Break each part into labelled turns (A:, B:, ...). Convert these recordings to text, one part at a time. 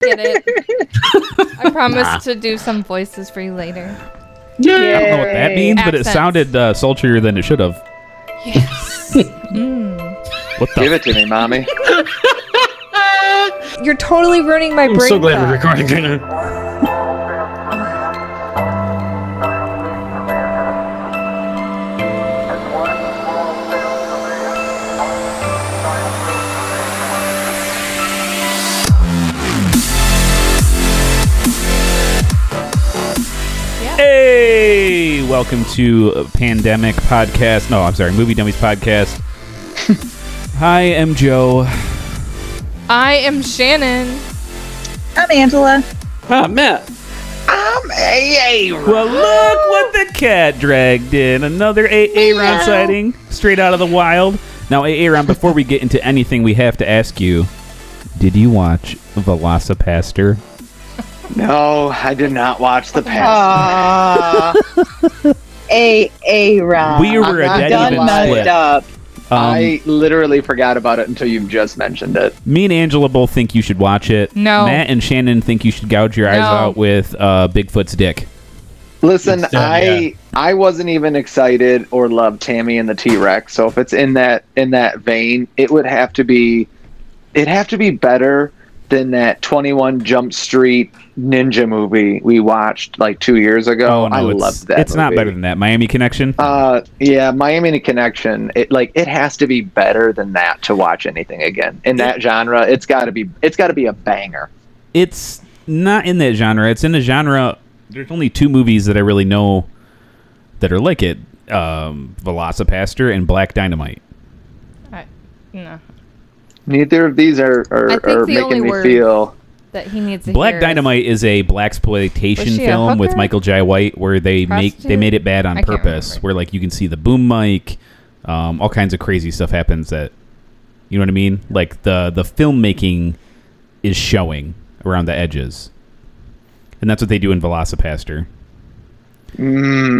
A: did it. I promised to do some voices for you later.
B: I don't know what that
C: Yay.
B: means, but it
A: Accents.
B: sounded uh, sultrier than it should have.
A: Yes. Mm.
B: What the?
D: Give it to me, mommy.
A: You're totally ruining my brain.
E: I'm so glad we're
A: thought.
E: recording right now.
B: Hey, welcome to Pandemic Podcast. No, I'm sorry, Movie Dummies Podcast. Hi, I'm Joe.
A: I am Shannon.
C: I'm Angela.
E: Ah, Matt.
B: Well, look what the cat dragged in. Another Aaron sighting straight out of the wild. Now, Aaron, before we get into anything, we have to ask you Did you watch Velocipaster?
D: No, I did not watch the past.
C: Ah, a a round.
B: We were a
D: I'm
B: dead
C: done
D: done
B: even
D: with
C: messed
B: split.
C: up.
B: Um,
D: I literally forgot about it until you just mentioned it.
B: Me and Angela both think you should watch it.
A: No.
B: Matt and Shannon think you should gouge your eyes
A: No.
B: out with uh, Bigfoot's dick.
D: Listen,
E: It's done,
D: I
E: yeah.
D: I wasn't even excited or loved Tammy and the T Rex. So if it's in that in that vein, it would have to be it'd have to be better than that twenty one Jump Street ninja movie we watched like two years ago. Oh, I
B: Oh, it's,
D: loved that.
B: It's not
D: movie.
B: better than that. Miami Connection.
D: Uh, yeah, Miami to Connection. It like it has to be better than that to watch anything again in that genre. It's got to be. It's got to be a banger.
B: it's not in that genre. It's in a genre. There's only two movies that I really know that are like it: um, Velocipaster and Black Dynamite.
A: I, no,
D: Neither of these are
A: I
D: are,
A: think
D: are
A: the only
D: making me
A: word
D: feel.
A: that he needs to
B: Black
A: hear.
B: Dynamite is a black exploitation
A: Was she a
B: film with
A: hooker?
B: Michael J. White, where they make they
A: Prostitute?
B: made it bad on
A: I can't
B: purpose.
A: remember.
B: Where like you can see the boom mic, um, all kinds of crazy stuff happens that you know what I mean. Like the the filmmaking is showing around the edges, and that's what they do in Velocipaster.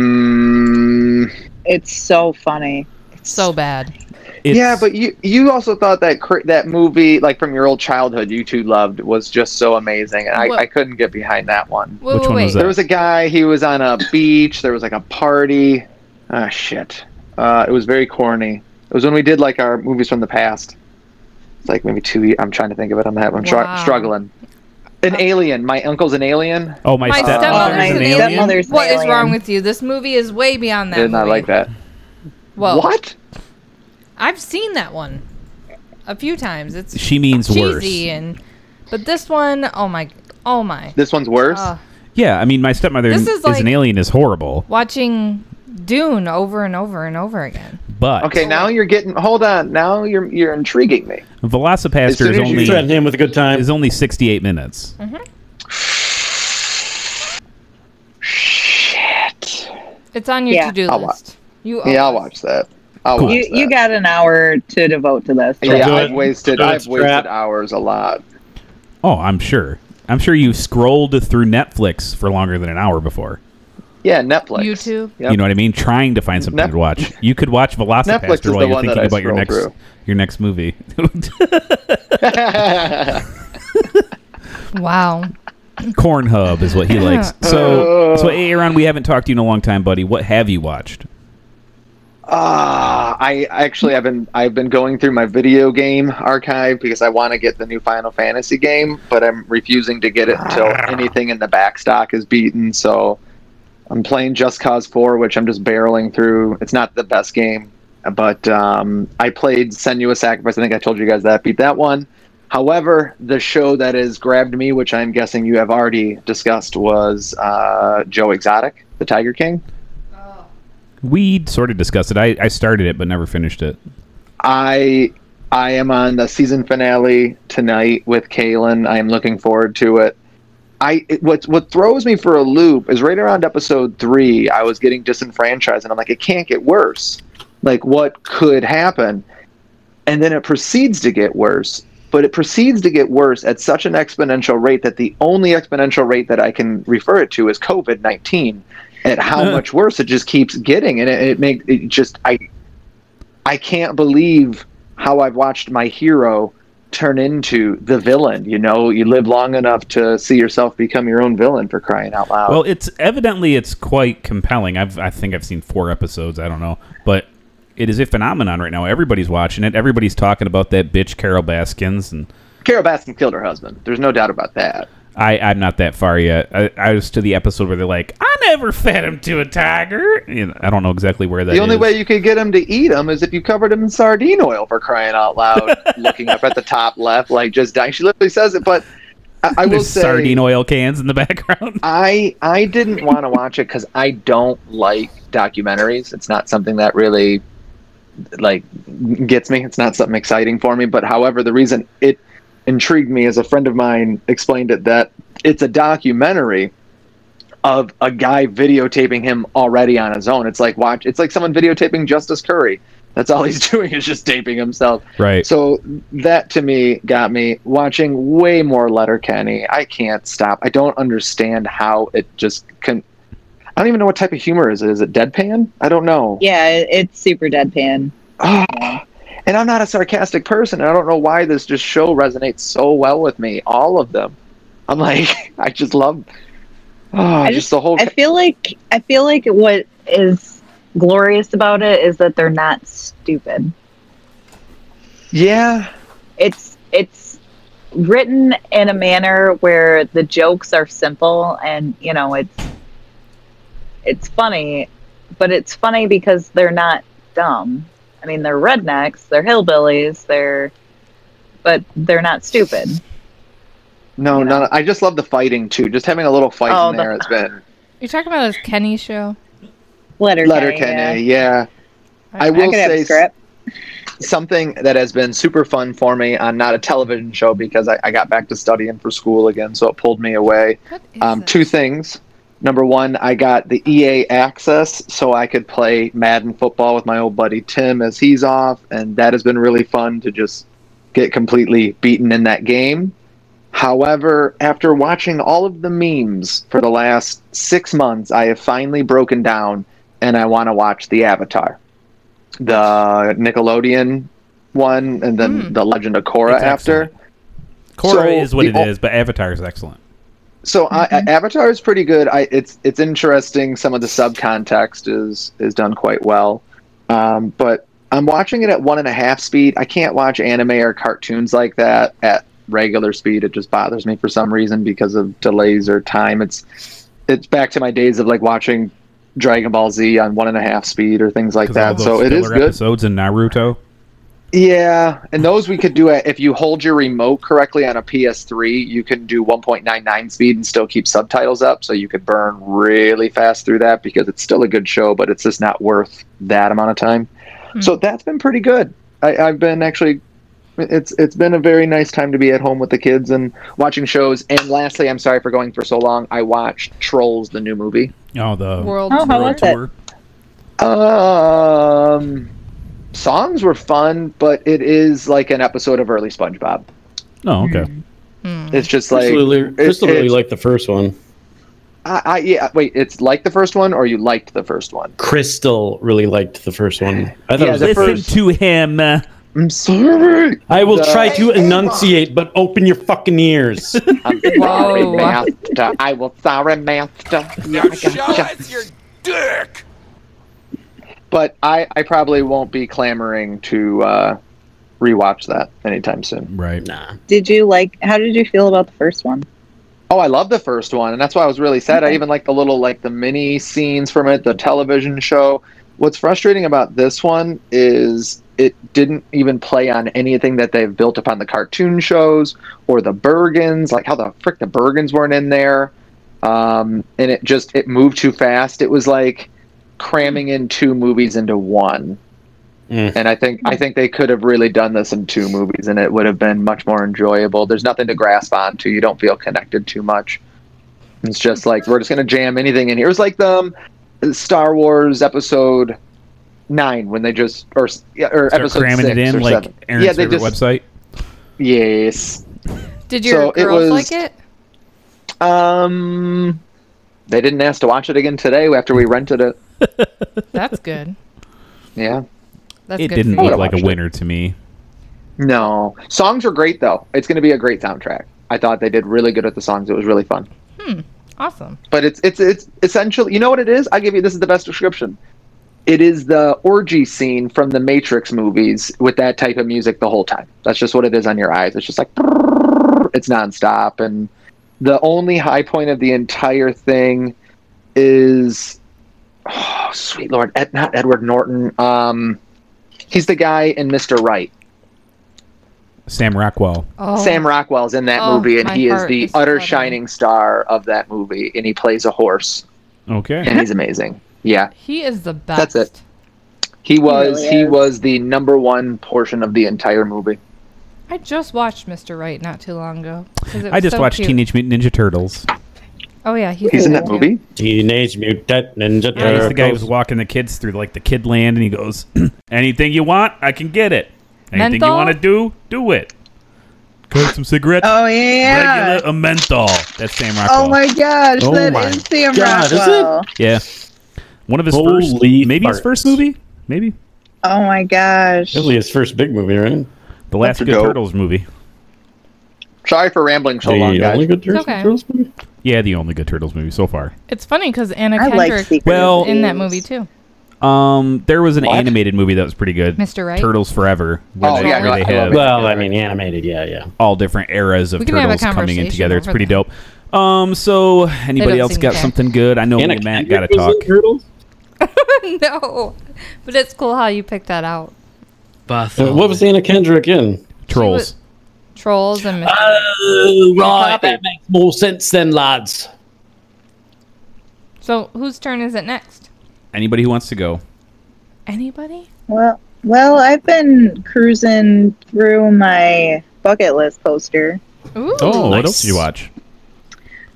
D: Mm,
C: It's so funny.
A: So bad.
B: It's,
D: yeah, but you you also thought that cr- that movie like from your old childhood you two loved was just so amazing, and I,
A: What-
D: I couldn't get behind that one.
A: Wait,
B: Which
A: wait,
B: one was
A: wait.
D: There was a guy. He was on a beach. There was like a party. Ah, shit. Uh, it was very corny. It was when we did like our movies from the past. It's like maybe two. ye- I'm trying to think of it. I'm having. I'm str-
A: Wow.
D: struggling. An alien. My uncle's an alien.
B: oh my,
A: My
B: stepmother's
A: stepmother's
B: an
A: an
B: alien.
C: stepmother's an
A: What is
C: alien.
A: wrong with you? This movie is way beyond that.
D: Did not
A: movie.
D: like that.
A: Whoa.
D: What?
A: I've seen that one a few times. It's
B: She means
A: cheesy
B: worse.
A: and but this one, oh my, oh my.
D: This one's worse.
A: Ugh.
B: Yeah, I mean, my stepmother
A: This
B: is,
A: is like-
B: an alien is horrible,
A: watching Dune over and over and over again.
B: but
D: okay, now you're getting. Hold on. Now you're you're intriguing me. As
B: Velocipaster
D: soon
B: is
D: as you
B: only
D: said-
E: Threaten him with a good time.
B: is only sixty eight minutes.
D: Shit.
A: It's on your
C: Yeah.
A: to-do
D: I'll
A: list. You
D: Yeah, I'll
A: owe
D: watch that. I'll
B: Cool.
D: watch
C: You you
D: that.
C: got an hour to devote to this.
D: Yeah,
E: Do
D: I've
E: it.
D: wasted.
E: Do it,
D: I've wasted
E: strap.
D: hours a lot.
B: Oh, I'm sure. I'm sure you've scrolled through Netflix for longer than an hour before.
D: Yeah, Netflix.
A: YouTube?
D: Yep.
B: You know what I mean? Trying to find something
D: Nef-
B: to watch. You could watch
D: Netflix is
B: Velocipaster
D: the
B: while you're
D: one that
B: thinking
D: I
B: about your
D: scroll
B: next
D: through.
B: your next movie.
A: this. Wow.
B: Corn Hub is what he likes.
D: Uh.
B: So, so Aaron, we haven't talked to you in a long time, buddy. What have you watched?
D: Ah, I actually I've been I've been going through my video game archive because I want to get the new Final Fantasy game, but I'm refusing to get it until anything in the back stock is beaten. So I'm playing Just Cause 4, which I'm just barreling through. It's not the best game, but um, I played Senua Sacrifice. I think I told you guys that beat that one. However, the show that has grabbed me, which I'm guessing you have already discussed, was uh, Joe Exotic, the Tiger King.
B: We sort of discussed it. I, I started it but never finished it.
D: I I am on the season finale tonight with Kaylin. I am looking forward to it. I it, what what throws me for a loop is right around episode three. I was getting disenfranchised, and I'm like, it can't get worse. Like, what could happen? And then it proceeds to get worse, but it proceeds to get worse at such an exponential rate that the only exponential rate that I can refer it to is COVID nineteen, and how much worse it just keeps getting, and it, it makes it just I I can't believe how I've watched my hero turn into the villain. You know, you live long enough to see yourself become your own villain for crying out loud.
B: Well, it's evidently it's quite compelling. I've I think I've seen four episodes. I don't know, but it is a phenomenon right now. Everybody's watching it. Everybody's talking about that bitch Carol Baskins, and
D: Carol Baskin killed her husband. There's no doubt about that.
B: I I'm not that far yet. I, I was to the episode where they're like, I never fed him to a tiger. You know, I don't know exactly where that.
D: the only
B: is.
D: way you could get him to eat him is if you covered him in sardine oil for crying out loud, looking up at the top left, like just dying. She literally says it, but I, I will
B: There's
D: say,
B: sardine oil cans in the background.
D: I I didn't want to watch it because I don't like documentaries. It's not something that really like gets me. It's not something exciting for me. But however, the reason it intrigued me is a friend of mine explained it that it's a documentary of a guy videotaping him already on his own. It's like watch. It's like someone videotaping Justice Curry. That's all he's doing is just taping himself.
B: Right.
D: So that to me got me watching way more Letterkenny. I can't stop. I don't understand how it just can. I don't even know what type of humor is it. Is it deadpan? I don't know.
C: Yeah, it, it's super deadpan.
D: Ah, and I'm not a sarcastic person. And I don't know why this just show resonates so well with me. All of them. I'm like, I just love. ah,
C: I
D: just,
C: just-
D: the whole.
C: I feel like I feel like what is glorious about it is that they're not stupid.
D: yeah.
C: It's it's written in a manner where the jokes are simple and you know it's it's funny, but it's funny because they're not dumb. I mean, they're rednecks, they're hillbillies, they're but they're not stupid.
D: No, no. I just love the fighting too. Just having a little fight
C: Oh,
D: in
C: the-
D: there. It's been
A: You're talking about this Kenny show.
C: Letter
D: Letterkenny. Yeah. I
C: I
D: will
C: could have
D: say
C: a script.
D: something that has been super fun for me on not a television show because I, I got back to studying for school again, so it pulled me away.
A: What is
D: Um,
A: it?
D: two things. Number one, I got the EA access so I could play Madden football with my old buddy Tim as he's off, and that has been really fun to just get completely beaten in that game. However, after watching all of the memes for the last six months, I have finally broken down and I want to watch the Avatar, the Nickelodeon one, and then
A: Hmm.
D: the Legend of Korra
B: It's
D: after.
B: excellent. Korra
D: So
B: is what
D: the
B: it is,
D: o-
B: but Avatar is excellent.
D: So I, I- Avatar is pretty good. I, it's it's interesting. Some of the subcontext is is done quite well, um, but I'm watching it at one and a half speed. I can't watch anime or cartoons like that at regular speed. It just bothers me for some reason because of delays or time. It's it's back to my days of like watching Dragon Ball Z on one and a half speed or things like
B: Because all
D: that.
B: those
D: So it is
B: filler
D: good.
B: episodes in Naruto.
D: Yeah, and those we could do it if you hold your remote correctly on a PS3. You can do 1.99 speed and still keep subtitles up, so you could burn really fast through that because it's still a good show, but it's just not worth that amount of time. So that's been pretty good. I, I've been actually, it's it's been a very nice time to be at home with the kids and watching shows. And lastly, I'm sorry for going for so long. I watched Trolls, the new movie.
B: Oh, the
A: World
C: Oh, how
A: Tour.
B: World
C: was it?
B: Tour.
D: Um, songs were fun, but it is like an episode of early SpongeBob.
B: Oh, okay.
A: Hmm.
D: It's just like
E: Crystal really, Crystal really
D: it's-
E: liked the first one.
D: I, I yeah. Wait, it's like the first one, or you liked the first one?
E: Crystal really liked the first one. I thought
D: Yeah,
E: it was
D: the
E: the
B: Listen
E: first.
B: to him. uh,
D: I'm sorry.
E: I will
D: the-
E: try to enunciate, but open your fucking ears.
D: I'm sorry,
A: Whoa.
D: master. I will sorry, master. Yeah, I gotcha.
F: your dick.
D: But I, I probably won't be clamoring to uh, rewatch that anytime soon.
B: Right.
E: nah.
C: Did you like? How did you feel about the first one?
D: Oh, I love the first one, and that's why I was really sad. I even like the little like the mini scenes from it, the television show. What's frustrating about this one is it didn't even play on anything that they've built upon the cartoon shows or the Bergens, like how the frick the Bergens weren't in there. Um, and it just it moved too fast. It was like cramming in two movies into one.
E: Mm.
D: And I think I think they could have really done this in two movies, and it would have been much more enjoyable. There's nothing to grasp onto. You don't feel connected too much. It's just like we're just gonna jam anything in here. It was like the um, Star Wars Episode Nine when they just or s- yeah, or
B: Start
D: Episode
B: cramming it
D: six
B: in
D: or
B: like
D: seven.
B: Aaron's
D: yeah, they
B: favorite
D: just
B: website.
D: yes.
A: Did your
D: so it
A: girls like
D: was-
A: it?
D: Um, they didn't ask to watch it again today after we rented it.
A: That's good.
D: Yeah,
A: That's
B: It
A: good
B: didn't
A: for you.
B: look like a
D: watched it.
B: winner to me.
D: No, songs were great though. It's going to be a great soundtrack. I thought they did really good with the songs. It was really fun.
A: Awesome.
D: But it's it's it's essentially, you know what it is? I give you this is the best description. It is the orgy scene from the Matrix movies with that type of music the whole time. That's just what it is on your eyes. It's just like it's nonstop, and the only high point of the entire thing is oh sweet lord, Ed, not Edward Norton. Um, he's the guy in Mister Right.
B: Sam Rockwell.
A: Oh,
D: Sam Rockwell's in that
A: Oh,
D: movie, and
A: my
D: he is
A: heart
D: the
A: is
D: utter
A: fluttering.
D: shining star of that movie, and he plays a horse,
B: Okay.
D: and he's amazing. Yeah,
A: he is the best.
D: That's it. he was
C: really
D: he
C: is.
D: was the number one portion of the entire movie.
A: I just watched Mr. Right not too long ago. 'cause it
B: I
A: was
B: just
A: so
B: watched
A: cute.
B: Teenage Mutant Ninja Turtles.
A: Oh yeah, he's,
D: He's in that
A: too.
D: movie.
E: Teenage Mutant
A: Yeah,
B: He's
E: Ninja Turtles.
B: the guy who's walking the kids through like the kid land, and he goes, "Anything you want, I can get it. Anything you
A: Menthol?
B: want to do, do it. Cook some cigarettes,
F: Oh yeah.
B: regular a menthol." That's Sam Rockwell.
F: Oh my gosh,
E: Oh
F: that
E: my
F: is Sam
E: God, is it?
F: Rockwell.
B: Yeah, one of his first,
E: Holy
B: maybe his
E: farts.
B: first movie, maybe
F: Oh my gosh.
E: Really his first big movie, right?
B: the last
D: That's
B: good
D: dope.
B: Turtles movie.
D: Sorry for rambling so
E: the
D: long, guys.
E: only good Turtles,
A: okay.
E: Turtles movie?
B: Yeah, the only good Turtles movie so far.
A: It's funny because Anna
F: I like
A: Kendrick
F: Secret
B: Well-
A: is in that
F: Invasion.
A: movie too.
B: Um, there was an
D: What?
B: animated movie that was pretty good,
A: Mr. Right?
B: Turtles Forever, where
D: Oh,
B: they,
A: yeah,
B: where they
D: I love
B: have
D: it.
E: Well, I mean animated, yeah, yeah.
B: all different eras of
A: We can have a
B: turtles coming in
A: conversation
B: together. It's
A: over
B: pretty
A: that.
B: dope. Um, so anybody
A: don't
B: else
A: seem
B: got
A: to care.
B: something good? I know me
E: Anna
B: and Matt got to
E: Kendrick was
B: talk.
E: in Turtles?
A: no, but it's cool how you picked that out.
E: Uh, What was Anna Kendrick in?
B: Trolls.
A: Trolls and Mr.
E: Oh,
D: Uh, right, that
E: makes more sense then, lads.
A: so whose turn is it next?
B: Anybody who wants to go.
A: Anybody?
F: Well, well, I've been cruising through my bucket list poster.
A: Ooh.
E: Oh.
B: what
E: Nice.
B: else did you watch?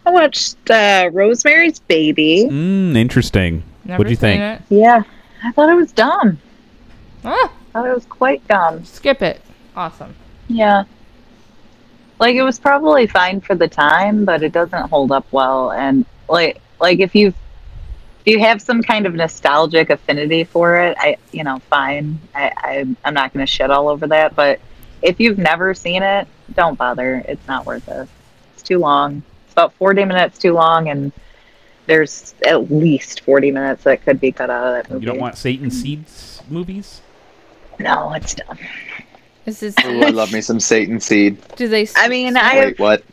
F: I watched uh, Rosemary's Baby.
B: Mm, interesting.
A: Never
B: What'd you
A: seen
B: think?
A: it.
C: Yeah, I thought it was dumb.
A: Ah,
C: thought it was quite dumb.
A: skip it. Awesome.
C: Yeah. Like it was probably fine for the time, but it doesn't hold up well and like like if you if you have some kind of nostalgic affinity for it, I you know, fine. I, I I'm not gonna shit all over that, but if you've never seen it, don't bother. It's not worth it. It's too long. It's about forty minutes too long and there's at least forty minutes that could be cut out of that movie.
B: You don't want Satan Seeds movies?
C: No, it's dumb.
A: Is this?
D: Ooh, Oh, I love me some Satan Seed.
A: Do they?
F: I mean, I have,
D: Wait, what?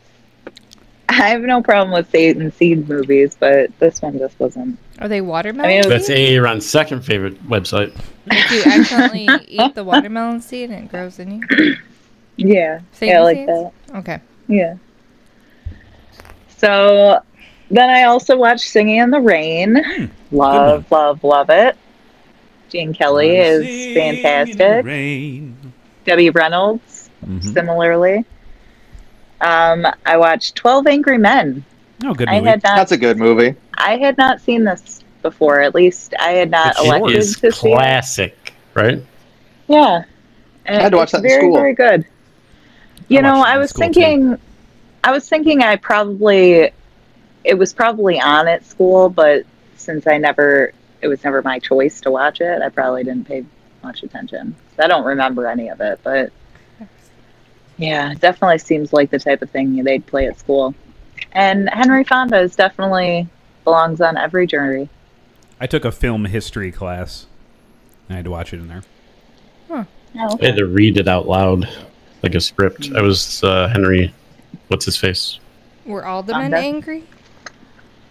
F: I
C: I have no problem with Satan Seed movies, but this one just wasn't.
A: are they watermelon?
C: I mean, it
E: That's
A: seeds?
E: Aaron's second favorite website.
A: If you accidentally eat the watermelon seed and it grows in you.
F: yeah,
A: Satan
F: yeah, I like
A: seeds?
F: that.
A: Okay.
F: Yeah. So
C: Then I also watched Singing in the Rain.
B: Hmm,
C: Love, love, love it. Gene Kelly is fantastic. Debbie Reynolds,
B: Mhm.
C: similarly. Um, I watched Twelve Angry Men.
B: No, Mm-hmm. Oh, good
C: I
B: movie.
C: had not,
D: That's a good movie.
C: I had not seen this before. At least I had
D: Uh,
C: not
B: It's
E: It
C: elected
E: is
C: to see it.
E: classic, right?
C: Yeah.
D: I had to watch
C: Uh, It's
D: that in
C: very,
D: school.
C: Very good. You know,
B: watched it
C: I
B: in
C: was
B: school, too.
C: thinking, I was thinking, I probably, it was probably on at school, but since I never, it was never my choice to watch it. I probably didn't pay much attention. I don't remember any of it, but yeah, it definitely seems like the type of thing they'd play at school. And Henry Fonda is definitely belongs on every jury.
B: I took a film history class. I had to watch it in there.
C: Oh,
E: I had to read it out loud, like a script. I was uh, Henry, what's his face?
A: Were all the men
C: Fonda.
A: angry?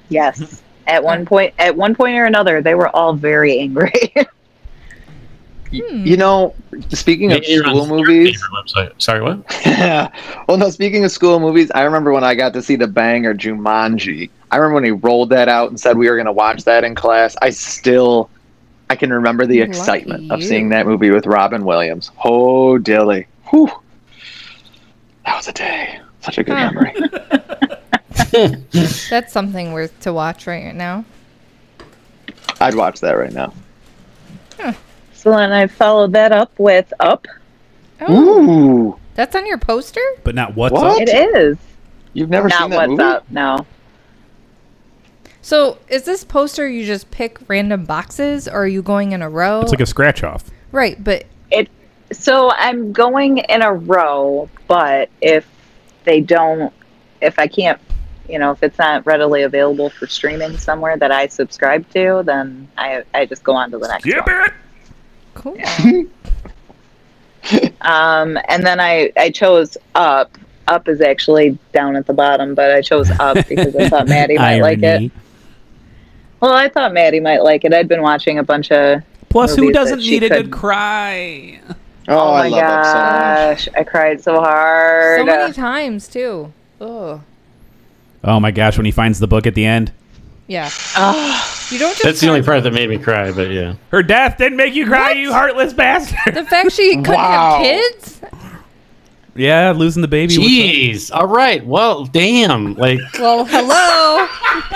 C: Yes. At one point, at one point or another, they were all very angry.
D: Y-
A: Hmm.
D: You know, speaking of
E: Aaron's
D: school
E: third
D: movies,
E: favorite website. Sorry, what?
D: well, no, speaking of school movies, I remember when I got to see The Bang or Jumanji. I remember when he rolled that out and said we were going to watch that in class. I still, I can remember the
A: Lucky
D: excitement of
A: you.
D: seeing that movie with Robin Williams. Oh, dilly. Whew. That was a day. Such a good
A: Huh.
D: memory.
A: That's something worth to watch right now.
D: I'd watch that right now.
F: So then I followed that up with Up.
A: Oh,
D: Ooh.
A: that's on your poster.
B: But not what's
D: What?
B: up.
F: It is.
D: You've never
C: Not
D: seen that
C: what's
D: movie?
C: up. No.
A: So is this poster you just pick random boxes, or are you going in a row?
B: It's like a scratch off.
A: right, but
C: So I'm going in a row, but if they don't, if I can't, you know, if it's not readily available for streaming somewhere that I subscribe to, then I, I just go on to the next one.
A: Cool.
C: Um, and then I, I chose up. Up is actually down at the bottom, but I chose up because I thought Maddie might like it. Well, I thought Maddie might like it. I'd been watching a bunch of.
B: Plus, who
C: Movies that
B: doesn't
C: she
B: need a
C: couldn't-
B: good cry?
D: Oh,
C: Oh,
D: I
C: my
D: love that so much.
C: gosh, I cried so hard.
A: So many times too. Ugh.
B: Oh my gosh! When he finds the book at the end,
A: Yeah.
C: Ah,
A: You don't just.
E: That's the only part that made me cry, but yeah.
B: her death didn't make you cry,
A: What?
B: you heartless bastard.
A: The fact she couldn't
D: Wow.
A: have kids.
B: yeah, losing the baby. was-
E: Jeez. All right. Well, damn. Like,
A: Well, hello.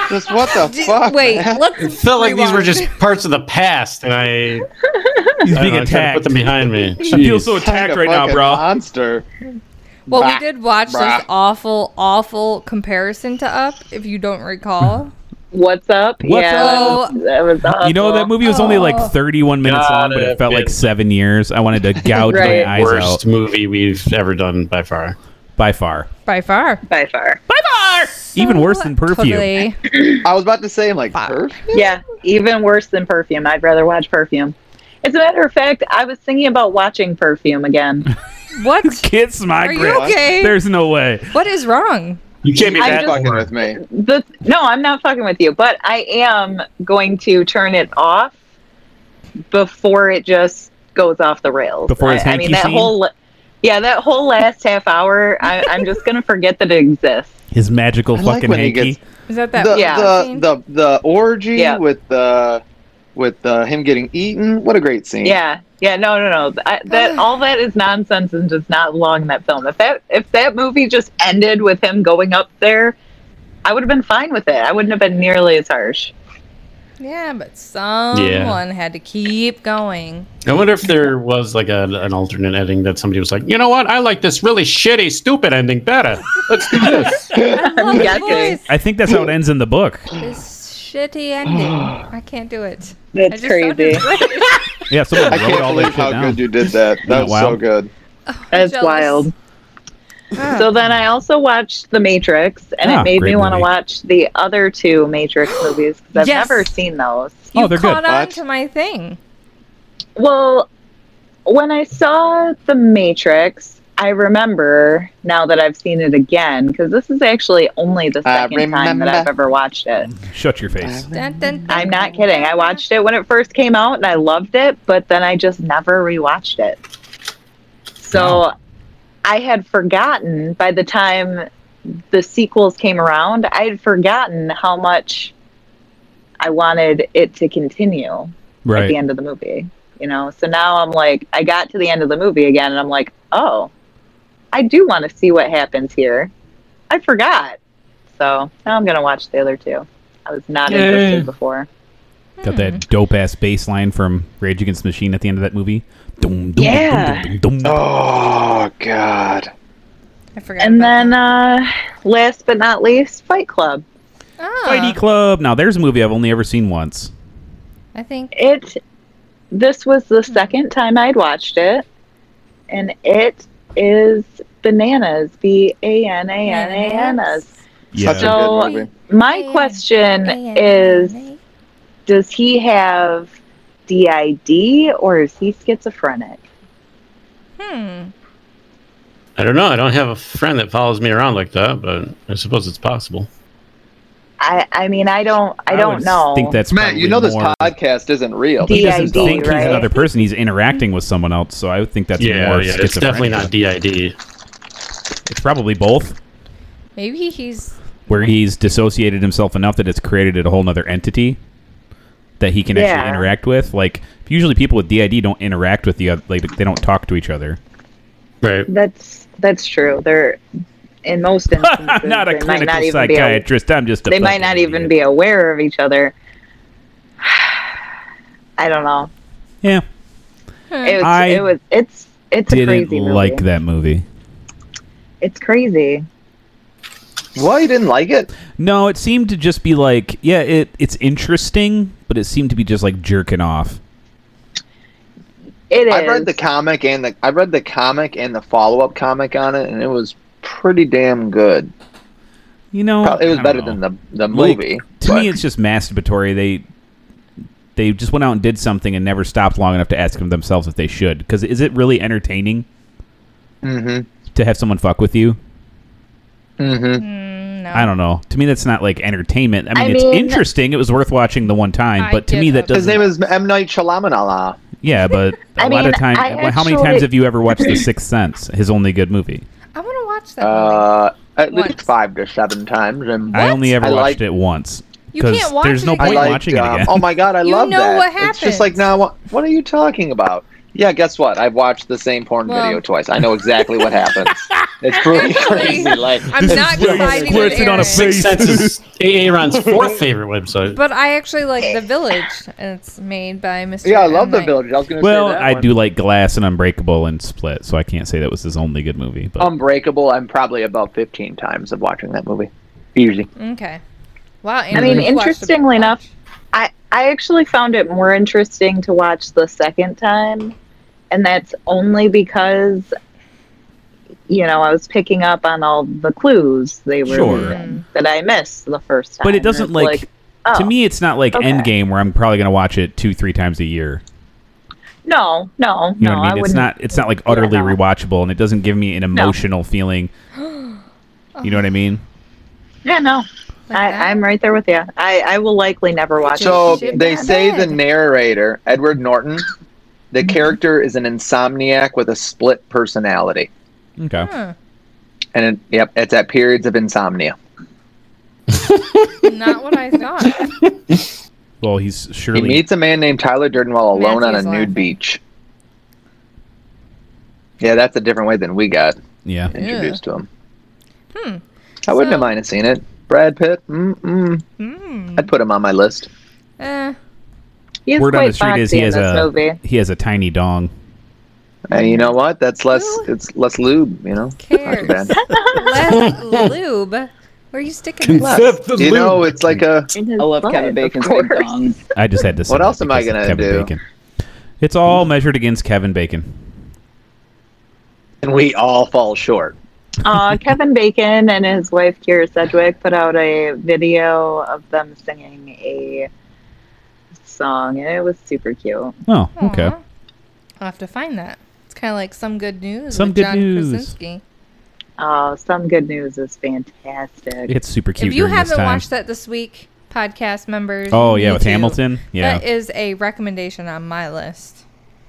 D: Just what the
A: D-
D: fuck?
A: Wait.
D: man?
A: Let's.
E: it felt like these were
A: rewind.
E: just parts of the past, and I,
B: He's being
E: I don't know, I tried to
B: attacked.
E: put them behind me.
B: I feel
E: Jeez.
B: so attacked
D: Kinda
B: right now,
D: fucking
B: bro.
D: Monster.
A: Well,
D: Bah.
A: we did watch
D: Bah.
A: this awful, awful comparison to Up, if you don't recall.
C: what's up?
B: What's
C: yeah,
A: up?
C: That was, that was
B: You know that
C: awful.
B: movie was only like
A: Oh.
B: 31 minutes long,
E: God,
B: but
E: it
B: it felt like
E: is.
B: seven years. I wanted to gouge
C: Right.
B: my eyes out
E: Worst movie we've ever done by far.
B: by far.
A: By far.
C: by far.
B: Even worse than Perfume.
A: Totally.
D: I was about to say, I'm like,
A: Fuck.
D: perf?
C: Yeah, even worse than Perfume. I'd rather watch Perfume. As a matter of fact, I was thinking about watching Perfume again.
A: What?
B: Kiss my
A: Are you
B: grip.
A: okay?
B: There's no way.
A: What is wrong?
E: You can't be
C: I
E: that
C: just-
D: fucking with me.
C: The, no, I'm not fucking with you, but I am going to turn it off before it just goes off the rails.
B: Before his
C: I, I mean,
B: hanky
C: that
B: scene?
C: whole yeah, that whole last half hour, I, I'm just gonna forget that it exists.
B: His magical
D: I like
B: fucking
D: when he
B: hanky.
D: gets-
A: Is that that?
D: The,
C: yeah.
D: the,
A: scene?
D: the the orgy
C: Yeah.
D: with the with the him getting eaten. What a great scene.
C: Yeah, yeah, no, no, no. I, that all that is nonsense and does not belong in that film. If that if that movie just ended with him going up there, I would have been fine with it. I wouldn't have been nearly as harsh.
A: yeah, but someone had to keep going.
E: I wonder if there was like a, an alternate ending that somebody was like, you know what? I like this really shitty, stupid ending better. Let's do this.
A: I love
C: Yeah,
A: his
C: okay.
A: voice.
B: I think that's how it ends in the book.
A: This shitty ending. I can't do it. I
F: That's
A: just sounded
F: crazy.
A: really
B: Yeah, someone
D: I
B: wrote
D: can't
B: all that
D: believe
B: shit
D: how
B: down.
D: good you did that.
B: that
D: That was so
B: wild?
D: good.
C: That's
A: jealous.
C: wild.
A: Ah.
C: So then I also watched The Matrix, and
B: Ah,
C: it made
B: great
C: me want to
B: movie.
C: watch the other two Matrix movies because I've
A: Yes.
C: never seen those.
B: Oh,
A: you
B: they're good.
A: caught on
D: What?
A: to my thing.
C: Well, when I saw The Matrix, I remember now that I've seen it again because this is actually only the
D: I
C: second time that
D: remember.
C: I've ever watched it.
B: Shut your face.
A: Dun, dun, dun.
C: I'm not kidding. I watched it when it first came out and I loved it, but then I just never rewatched it. So I had forgotten by the time the sequels came around, I had forgotten how much I wanted it to continue at the
B: Right.
C: end of the movie. You know, so now I'm like, I got to the end of the movie again, and I'm like, oh, I do want to see what happens here. I forgot, so now I'm gonna watch the other two. I was not
E: Yay.
C: interested before.
B: Got that dope ass bass line from Rage Against the Machine at the end of that movie. Dum, dum, dum,
C: Yeah.
B: dum, dum, dum.
D: Oh God.
A: I forgot.
C: And
A: about
C: then, uh, last but not least, Fight Club.
A: that. Ah,
B: Fighty Club. Now, there's a movie I've only ever seen once.
A: I think
C: It. This was the second time I'd watched it, and it is bananas. B a n a n a n s.
B: Yeah.
D: Such a
C: So-
F: Oh,
D: good movie.
C: My
A: Yeah.
C: question is. does he have DID or is he schizophrenic?
A: Hmm.
E: I don't know. I don't have a friend that follows me around like that, but I suppose it's possible.
C: I, I mean, I don't, I,
B: would
C: don't know.
B: Think that's
D: Matt, you know
B: probably
D: this
B: more-
D: podcast isn't real.
B: He doesn't
C: DID,
B: think he's
C: right?
B: another person. He's interacting with someone else. So I would think that's
E: yeah,
B: more
E: yeah. It's definitely not
B: schizophrenia.
E: DID.
B: It's probably both.
A: Maybe he's.
B: where he's dissociated himself enough that it's created a whole nother entity that he can actually
C: Yeah.
B: interact with. Like usually people with DID don't interact with the other, like they don't talk to each other.
E: Right.
C: that's that's true. They're in most instances
B: I'm not a
C: they might not
B: clinical
C: even be a,
B: psychiatrist. I'm just a
C: they
B: fucking
C: might not even
B: idiot.
C: be aware of each other. I don't know.
B: Yeah,
D: Hmm.
C: It was,
B: I
C: it was it's it's a
B: didn't
C: crazy movie.
B: like that movie.
C: It's crazy.
D: Why you didn't like it?
B: No, it seemed to just be like, yeah, it it's interesting, but it seemed to be just like jerking off.
C: It is.
D: I've read the comic and the I've read the comic and the follow up comic on it, and it was pretty damn good.
B: You know,
D: Prob- It was
B: I don't
D: better
B: know.
D: than the the
B: Like,
D: movie.
B: to
D: but-
B: me, it's just masturbatory. They they just went out and did something and never stopped long enough to ask them themselves if they should. Because is it really entertaining
D: Mhm.
B: to have someone fuck with you?
D: Mhm.
A: Mm, no.
B: I don't know. To me, that's not like entertainment. I mean,
C: I
B: it's
C: mean-
B: interesting. It was worth watching the one time,
A: I
B: but to
A: get
B: me, that
A: how that-
D: His
B: doesn't.
D: name is M Night Shyamalan.
B: yeah, but a
C: I
B: lot
C: mean,
B: of times,
C: I
B: how many
C: actually-
B: times have you ever watched The Sixth Sense? His only good movie.
A: I want to watch that. movie.
D: Uh, at
A: Once.
D: least five to seven times, and
B: I only ever
D: I
B: watched
D: liked-
B: it once.
A: You can't
B: 'cause
A: watch
B: There's
A: it
B: no
A: again.
B: point
A: I
D: liked,
B: watching it
D: um,
B: again.
D: Oh my god, I
A: You
D: love
A: know
D: that.
A: what
D: It's just like
A: happens.
D: now. What, what are you talking about? Yeah, guess what? I've watched the same porn
A: Well-
D: video twice. I know exactly what happens. It's pretty
A: Actually,
D: crazy. Like
A: I'm
B: This
A: not
B: is where you
A: siding
B: squirt
A: with
B: it on a
A: Aaron,
B: face.
E: Six Senses, Aaron's fourth favorite website.
A: but I actually like The Village. and It's made by Mr.
D: yeah, I love
A: M.
D: the
A: Night.
D: village. I was gonna
B: Well,
D: say that
B: I
D: one.
B: do like Glass and Unbreakable and Split, so I can't say that was his only good movie.
D: Oh,
B: But
D: Unbreakable. I'm probably about 15 times of watching that movie. Usually,
A: Okay. Wow.
F: I
A: Aaron,
F: mean,
A: you watched The
F: interestingly enough,
A: Village.
F: I, I actually found it more interesting to watch the second time, and that's only because, you know, I was picking up on all the clues they were
B: Sure.
D: Hmm.
F: using that I missed the first time.
B: but it doesn't
F: It's
B: like,
F: oh,
B: to me it's not like
F: okay.
B: Endgame where I'm probably gonna watch it two three times a year.
F: No, no,
B: You
F: no.
B: know what I mean?
F: wouldn't.
B: it's not it's not like utterly
F: no.
B: rewatchable and it doesn't give me an emotional feeling. You know what I mean?
F: Yeah, no.
A: Oh, Like that?
F: I, I'm right there with you. I, I will likely never watch
D: so
F: it.
A: Shit
D: they
A: my
D: say the
A: bed.
D: narrator Edward Norton, the
A: Mm-hmm.
D: character is an insomniac with a split personality,
B: Okay.
A: Huh.
D: and it, yep, it's at periods of insomnia.
A: Hmm, Not what I thought.
B: Well, he's surely
D: He meets a man named Tyler Durden while alone on a
A: Matthew's laughing.
D: nude beach. Yeah, that's a different way than we got
B: yeah.
D: introduced to him.
A: Hmm.
D: I wouldn't
A: So-
D: have minded seeing it. Brad Pitt, mm-mm.
A: Hmm.
D: I'd put him on my list.
A: Eh.
F: He's
B: Word
F: quite
B: on the street is
F: boxy
B: he
F: in
B: has
F: this
B: a
F: movie.
B: he has a tiny dong.
D: And you know what? That's less.
A: Who
D: It's less lube. You know.
A: cares?
D: Not too bad.
A: Less lube. Where are you sticking that?
D: you know, it's like a.
F: In his
G: I love
F: butt,
G: Kevin
F: of
G: Bacon's
F: course.
G: big dong.
B: I just had to. Say
D: What
B: that
D: else am I
B: because of
D: gonna
B: Kevin
D: do?
B: Bacon. It's all measured against Kevin Bacon.
D: And we all fall short.
F: Uh, Kevin Bacon and his wife Kira Sedgwick put out a video of them singing a song, and it was super cute.
B: Oh, okay.
A: Aw. I'll have to find that. It's kind of like some good news.
B: Some
A: with
B: Good
A: John
B: News.
A: Krasinski.
F: Oh, some good news is fantastic.
B: It's super cute.
A: If you
B: during this
A: haven't
B: time.
A: watched that this week, podcast members.
B: Oh
A: you
B: yeah,
A: need
B: with
A: to.
B: Hamilton. Yeah,
A: That is a recommendation on my list.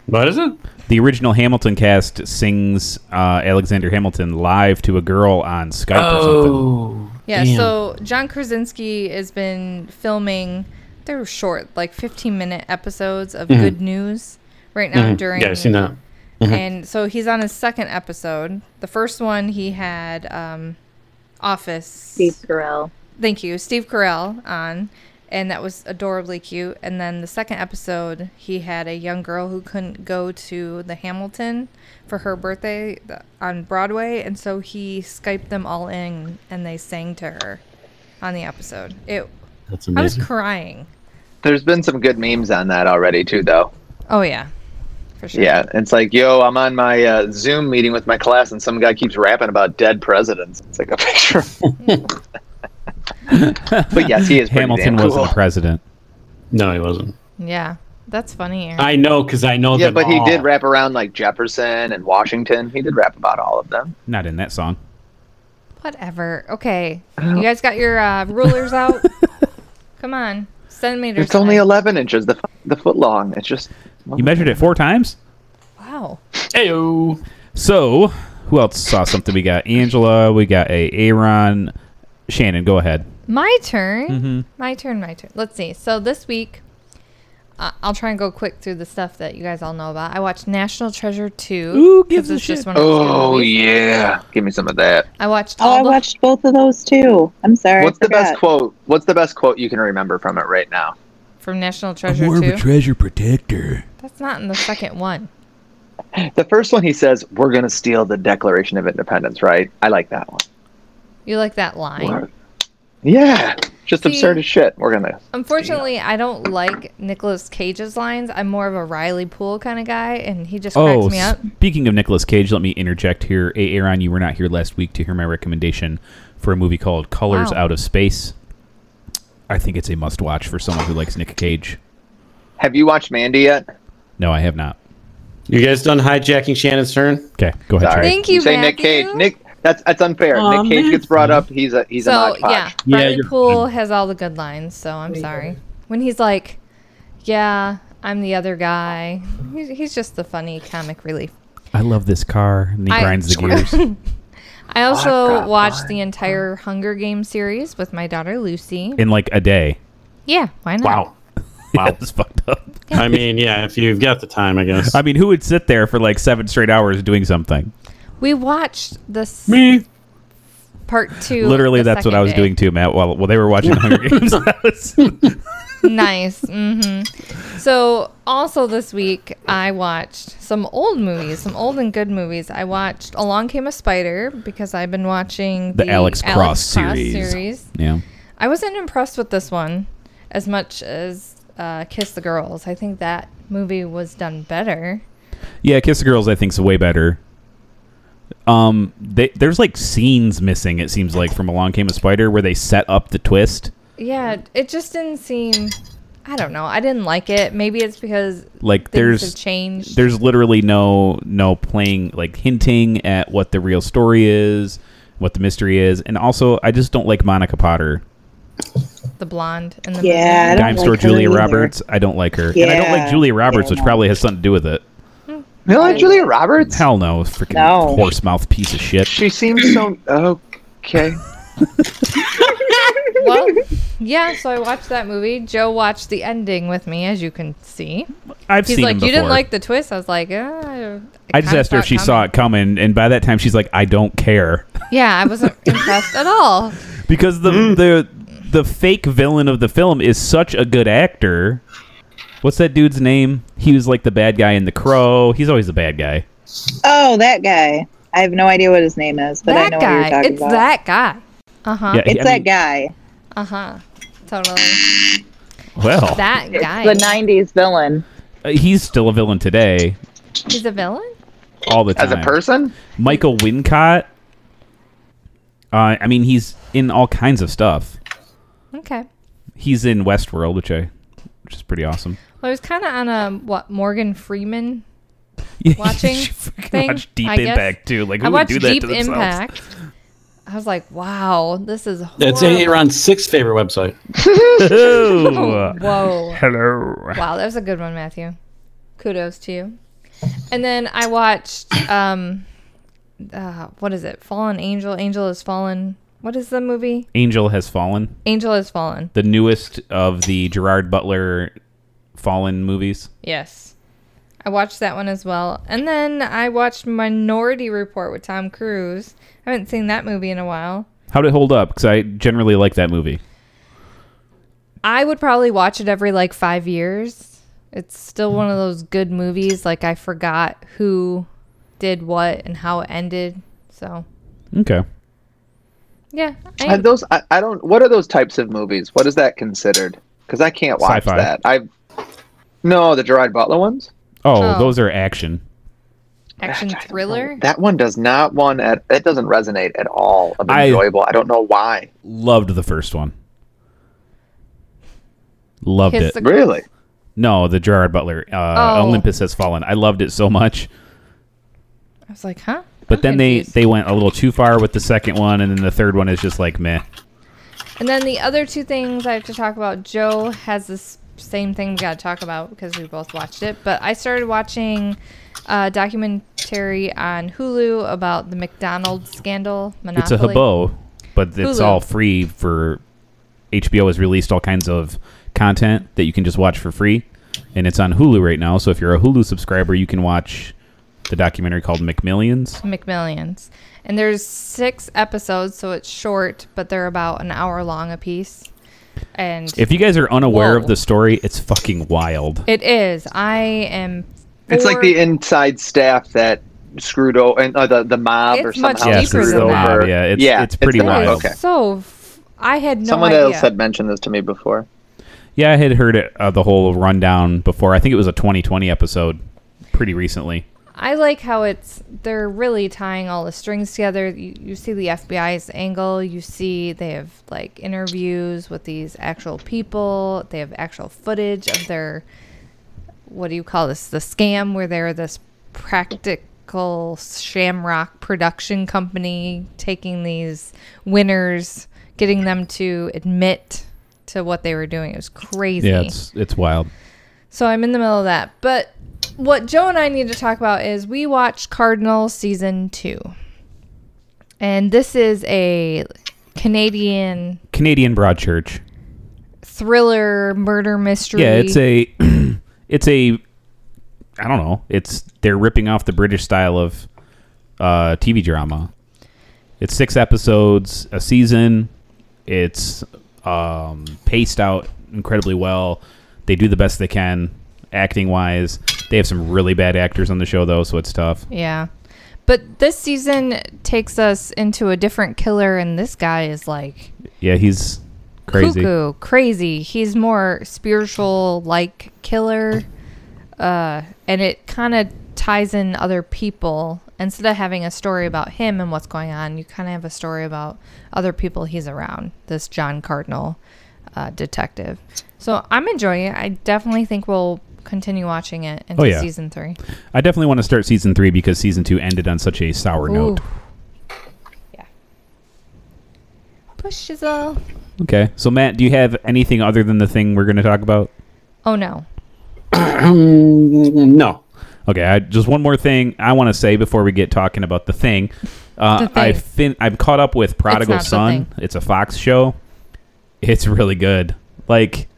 E: What is it?
B: the original Hamilton cast sings uh, Alexander Hamilton live to a girl on Skype or something.
A: Yeah,
E: damn.
A: so John Krasinski has been filming. They're short, like 15 minute episodes of
B: Mm-hmm.
A: Good News right now
E: Mhm.
A: during.
E: yeah, I've seen that. Mm-hmm.
A: And so he's on his second episode. The first one he had um, Office.
F: Steve Carell.
A: Thank you, Steve Carell on, and that was adorably cute. And then the second episode, he had a young girl who couldn't go to the Hamilton for her birthday th- on Broadway, and so he skyped them all in, and they sang to her on the episode. It,
E: That's
A: I was
E: amazing.
A: crying.
D: There's been some good memes on that already too, though.
A: Oh yeah, for sure.
D: Yeah, it's like, yo, I'm on my uh, Zoom meeting with my class, and some guy keeps rapping about dead presidents. It's like a picture. but yes, he is pretty
B: Hamilton
D: damn
B: wasn't
D: cool.
B: the president.
E: no, he wasn't.
A: yeah, that's funny. Aaron.
E: I know because I know
D: Yeah,
E: them
D: but he
E: all.
D: did rap around like Jefferson and Washington. He did rap about all of them.
B: Not in that song.
A: Whatever. Okay, you guys got your uh, rulers out. Come on, centimeters.
D: It's only
A: tonight.
D: 11 inches, the, f- the foot long. It's just.
B: You measured it four times.
A: wow.
E: Ayo.
B: So who else saw something? We got Angela. We got a Aaron. Shannon, go ahead.
A: My turn.
B: Mhm.
A: My turn. My turn. Let's see. So this week, uh, I'll try and go quick through the stuff that you guys all know about. I watched National Treasure Two.
B: Who
A: 'cause
B: gives a
A: it's just
B: shit?
A: one of those good
D: Oh,
A: movies.
D: yeah. Give me some of that.
A: I watched.
F: Oh,
A: All
F: I
A: the,
F: watched both of those too. I'm sorry. I
D: What's the best
F: forgot.
D: quote? What's the best quote you can remember from it right now?
A: from National Treasure Two.
B: treasure protector.
A: That's not in the second one.
D: The first one he says, "We're gonna steal the Declaration of Independence," right? I like that one.
A: You like that line?
D: Yeah, Just
A: See- Um,
D: absurd as shit. We're gonna.
A: Unfortunately, I don't like Nicolas Cage's lines. I'm more of a Riley Poole kind of guy, and he just cracks
B: Oh,
A: me up.
B: speaking of Nicolas Cage, let me interject here. A- Aaron, you were not here last week to hear my recommendation for a movie called Colors
A: Wow.
B: Out of Space. I think it's a must watch for someone who likes Nick Cage.
D: Have you watched Mandy yet?
B: No, I have not.
E: You guys done hijacking Shannon's turn?
B: Okay, go ahead.
D: Sorry.
B: Charlie.
A: Thank you,
D: say Nick
A: Matthew.
D: Cage. Nick, that's that's unfair.
E: Aw,
D: Nick Cage gets brought up. He's a he's a
A: so
D: mod podge.
A: yeah,
E: Yeah,
A: Riley
E: you're
A: Poole has all the good lines. So I'm sorry when he's like, "Yeah, I'm the other guy." He's, he's just the funny comic relief.
B: I love this car. And he
A: I-
B: grinds the gears.
A: I also
D: Barbara,
A: watched the entire Hunger Games series with my daughter Lucy.
B: In like a day.
A: Yeah, why not?
E: Wow. Wow.
B: That's fucked up.
E: I mean, yeah, if you've got the time, I guess.
B: I mean, who would sit there for like seven straight hours doing something?
A: We watched this
E: Me.
A: part two.
B: Literally,
A: the
B: that's what I
A: second
B: was
A: day.
B: doing too, Matt. While, while they were watching Hunger Games, I was-
A: nice. hmm So, also this week, I watched some old movies, some old and good movies. I watched Along Came a Spider because I've been watching
B: the Alex, Cross, series.
A: series.
B: Yeah,
A: I wasn't impressed with this one as much as uh, Kiss the Girls. I think that movie was done better.
B: yeah. Kiss the Girls, I think, is way better. Um, they, there's like scenes missing. It seems like from Along Came a Spider, where they set up the twist.
A: Yeah, it just didn't seem. I don't know. I didn't like it. Maybe it's because things
B: Like
A: have
B: there's
A: changed.
B: there's literally no no playing like hinting at what the real story is, what the mystery is, and also I just don't like Monica Potter.
A: the blonde and the
F: Yeah, I don't
B: Dime Store
F: like her
B: Julia
F: either.
B: Roberts. I don't like her, and I don't like
F: Yeah.
B: Julia Roberts,
F: Yeah,
B: which
F: no.
B: probably has something to do with it.
D: You like Julia Roberts?
B: Hell no, freaking
F: No.
B: horse mouth piece of shit.
D: She seems so okay.
A: well, yeah, so I watched that movie. Joe watched the ending with me, as you can see.
B: I've
A: He's
B: seen
A: like,
B: him
A: You didn't
B: before.
A: like the twist? I was like, "Ah, I,
B: I just
A: kinda
B: asked her if she saw it coming, and by that time she's like, "I don't care,"
A: coming." Yeah, I wasn't impressed at all.
B: because the
F: Mm.
B: the the fake villain of the film is such a good actor. What's that dude's name? He was like the bad guy in The Crow. He's always the bad guy.
F: Oh, that guy. I have no idea what his name is, but
A: that
F: I know what you're
A: guy.
F: talking
A: It's
F: about.
A: that guy. Uh huh.
B: Yeah,
F: It's
B: I
F: that
B: mean,
F: guy.
A: Uh huh. Totally.
B: Well,
A: That guy.
F: The 90s villain.
B: uh, he's still a villain today,
A: He's a villain?
B: all the time.
D: As a person,
B: Michael Wincott. Uh, I mean, he's in all kinds of stuff.
A: Okay.
B: He's in Westworld, which I, which is pretty awesome.
A: Well, I was kind of on a, what, Morgan Freeman
B: Yeah, you
A: Watching
B: should freaking
A: thing,
B: watch Deep
A: I guess.
B: Impact too. Like who
A: I
B: would
A: watched
B: do that
A: Deep
B: to themselves?
A: Impact. I was like, wow, this is horrible.
E: That's Aaron's sixth favorite website.
B: Ooh.
A: Whoa.
B: Hello.
A: Wow, that was a good one, Matthew. Kudos to you. And then I watched um uh what is it? Fallen Angel. Angel has fallen. What is the movie?
B: Angel has fallen.
A: Angel has fallen.
B: The newest of the Gerard Butler Fallen movies.
A: Yes. I watched that one as well. And then I watched Minority Report with Tom Cruise. I haven't seen that movie in a while.
B: How'd it hold up? Because I generally like that movie.
A: I would probably watch it every like 5 years. It's still one of those good movies like I forgot who did what and how it ended. So,
B: Okay.
A: yeah. I-
D: Are those I, I don't. What are those types of movies? What is that considered? Because I can't watch
B: Sci-fi.
D: that. I no the Gerard Butler ones.
B: Oh,
A: Oh.
B: those are action.
A: action
D: I don't know.
A: thriller.
D: That one does not one at. It doesn't resonate at all. Of
B: I-
D: enjoyable. I, don't know why.
B: Loved the first one. Loved
A: Kiss
B: it.
A: the-
D: Really.
B: no, the Gerard Butler uh,
A: Oh.
B: Olympus has fallen. I loved it so much.
A: I was like, huh?
B: But
A: I'm
B: then they,
A: confused.
B: they went a little too far with the second one, and then the third one is just like meh.
A: And then the other two things I have to talk about. Joe has this same thing we got to talk about because we both watched it. But I started watching a documentary on Hulu about the McDonald's scandal.
B: It's
A: Monopoly.
B: a hubbo, but it's
A: Hulu.
B: all free for HBO has released all kinds of content that you can just watch for free, and it's on Hulu right now. So if you're a Hulu subscriber, you can watch the documentary called McMillions.
A: McMillions. And there's six episodes, so it's short, but they're about an hour long a piece. And
B: If you guys are unaware
A: Whoa.
B: of the story, it's fucking wild.
A: it is. I am.
D: It's like
A: for-
D: the inside staff that screwed over and uh, the the mob
A: It's
D: or
A: much
D: somehow
A: deeper
D: screwed
A: than
D: over.
A: that.
B: Yeah, it's- it's
D: the
B: pretty
A: That
D: mob,
B: wild.
A: is
D: Okay.
A: so f- I had no
D: Someone
A: idea.
D: else had mentioned this to me before.
B: Yeah, I had heard it, uh, the whole rundown before. I think it was a 2020 episode, pretty recently.
A: I like how it's they're really tying all the strings together. You, you see the FBI's angle. You see they have like interviews with these actual people. They have actual footage of their what do you call this? The scam where they're this practical shamrock production company taking these winners, getting them to admit to what they were doing. It was crazy.
B: Yeah, it's it's wild.
A: So I'm in the middle of that. But what Joe and I need to talk about is we watched Cardinal season two. And this is a Canadian
B: Canadian Broadchurch.
A: thriller murder mystery.
B: Yeah, it's a it's a I don't know. It's they're ripping off the British style of uh, TV drama. It's six episodes a season. It's um, paced out incredibly well. They do the best they can acting wise. They have some really bad actors on the show though, so it's tough.
A: Yeah. But this season takes us into a different killer and this guy is like
B: Yeah, he's crazy.
A: cuckoo, crazy. He's more spiritual like killer. Uh, and it kind of ties in other people. Instead of having a story about him and what's going on, you kind of have a story about other people he's around. This John Cardinal uh, detective. So I'm enjoying it. I definitely think we'll continue watching it into
B: Oh, yeah.
A: season three.
B: I definitely want to start season three because season two ended on such a sour note.
A: Ooh. Yeah. Push Shizzle.
B: Okay. So Matt, do you have anything other than the thing we're gonna talk about?
A: Oh no.
E: Um, no.
B: Okay, I, just one more thing I want to say before we get talking about the thing. Uh,
A: The thing.
B: I fin- I'm caught up with Prodigal
A: not the
B: Son. It's a Fox show. It's really good. Like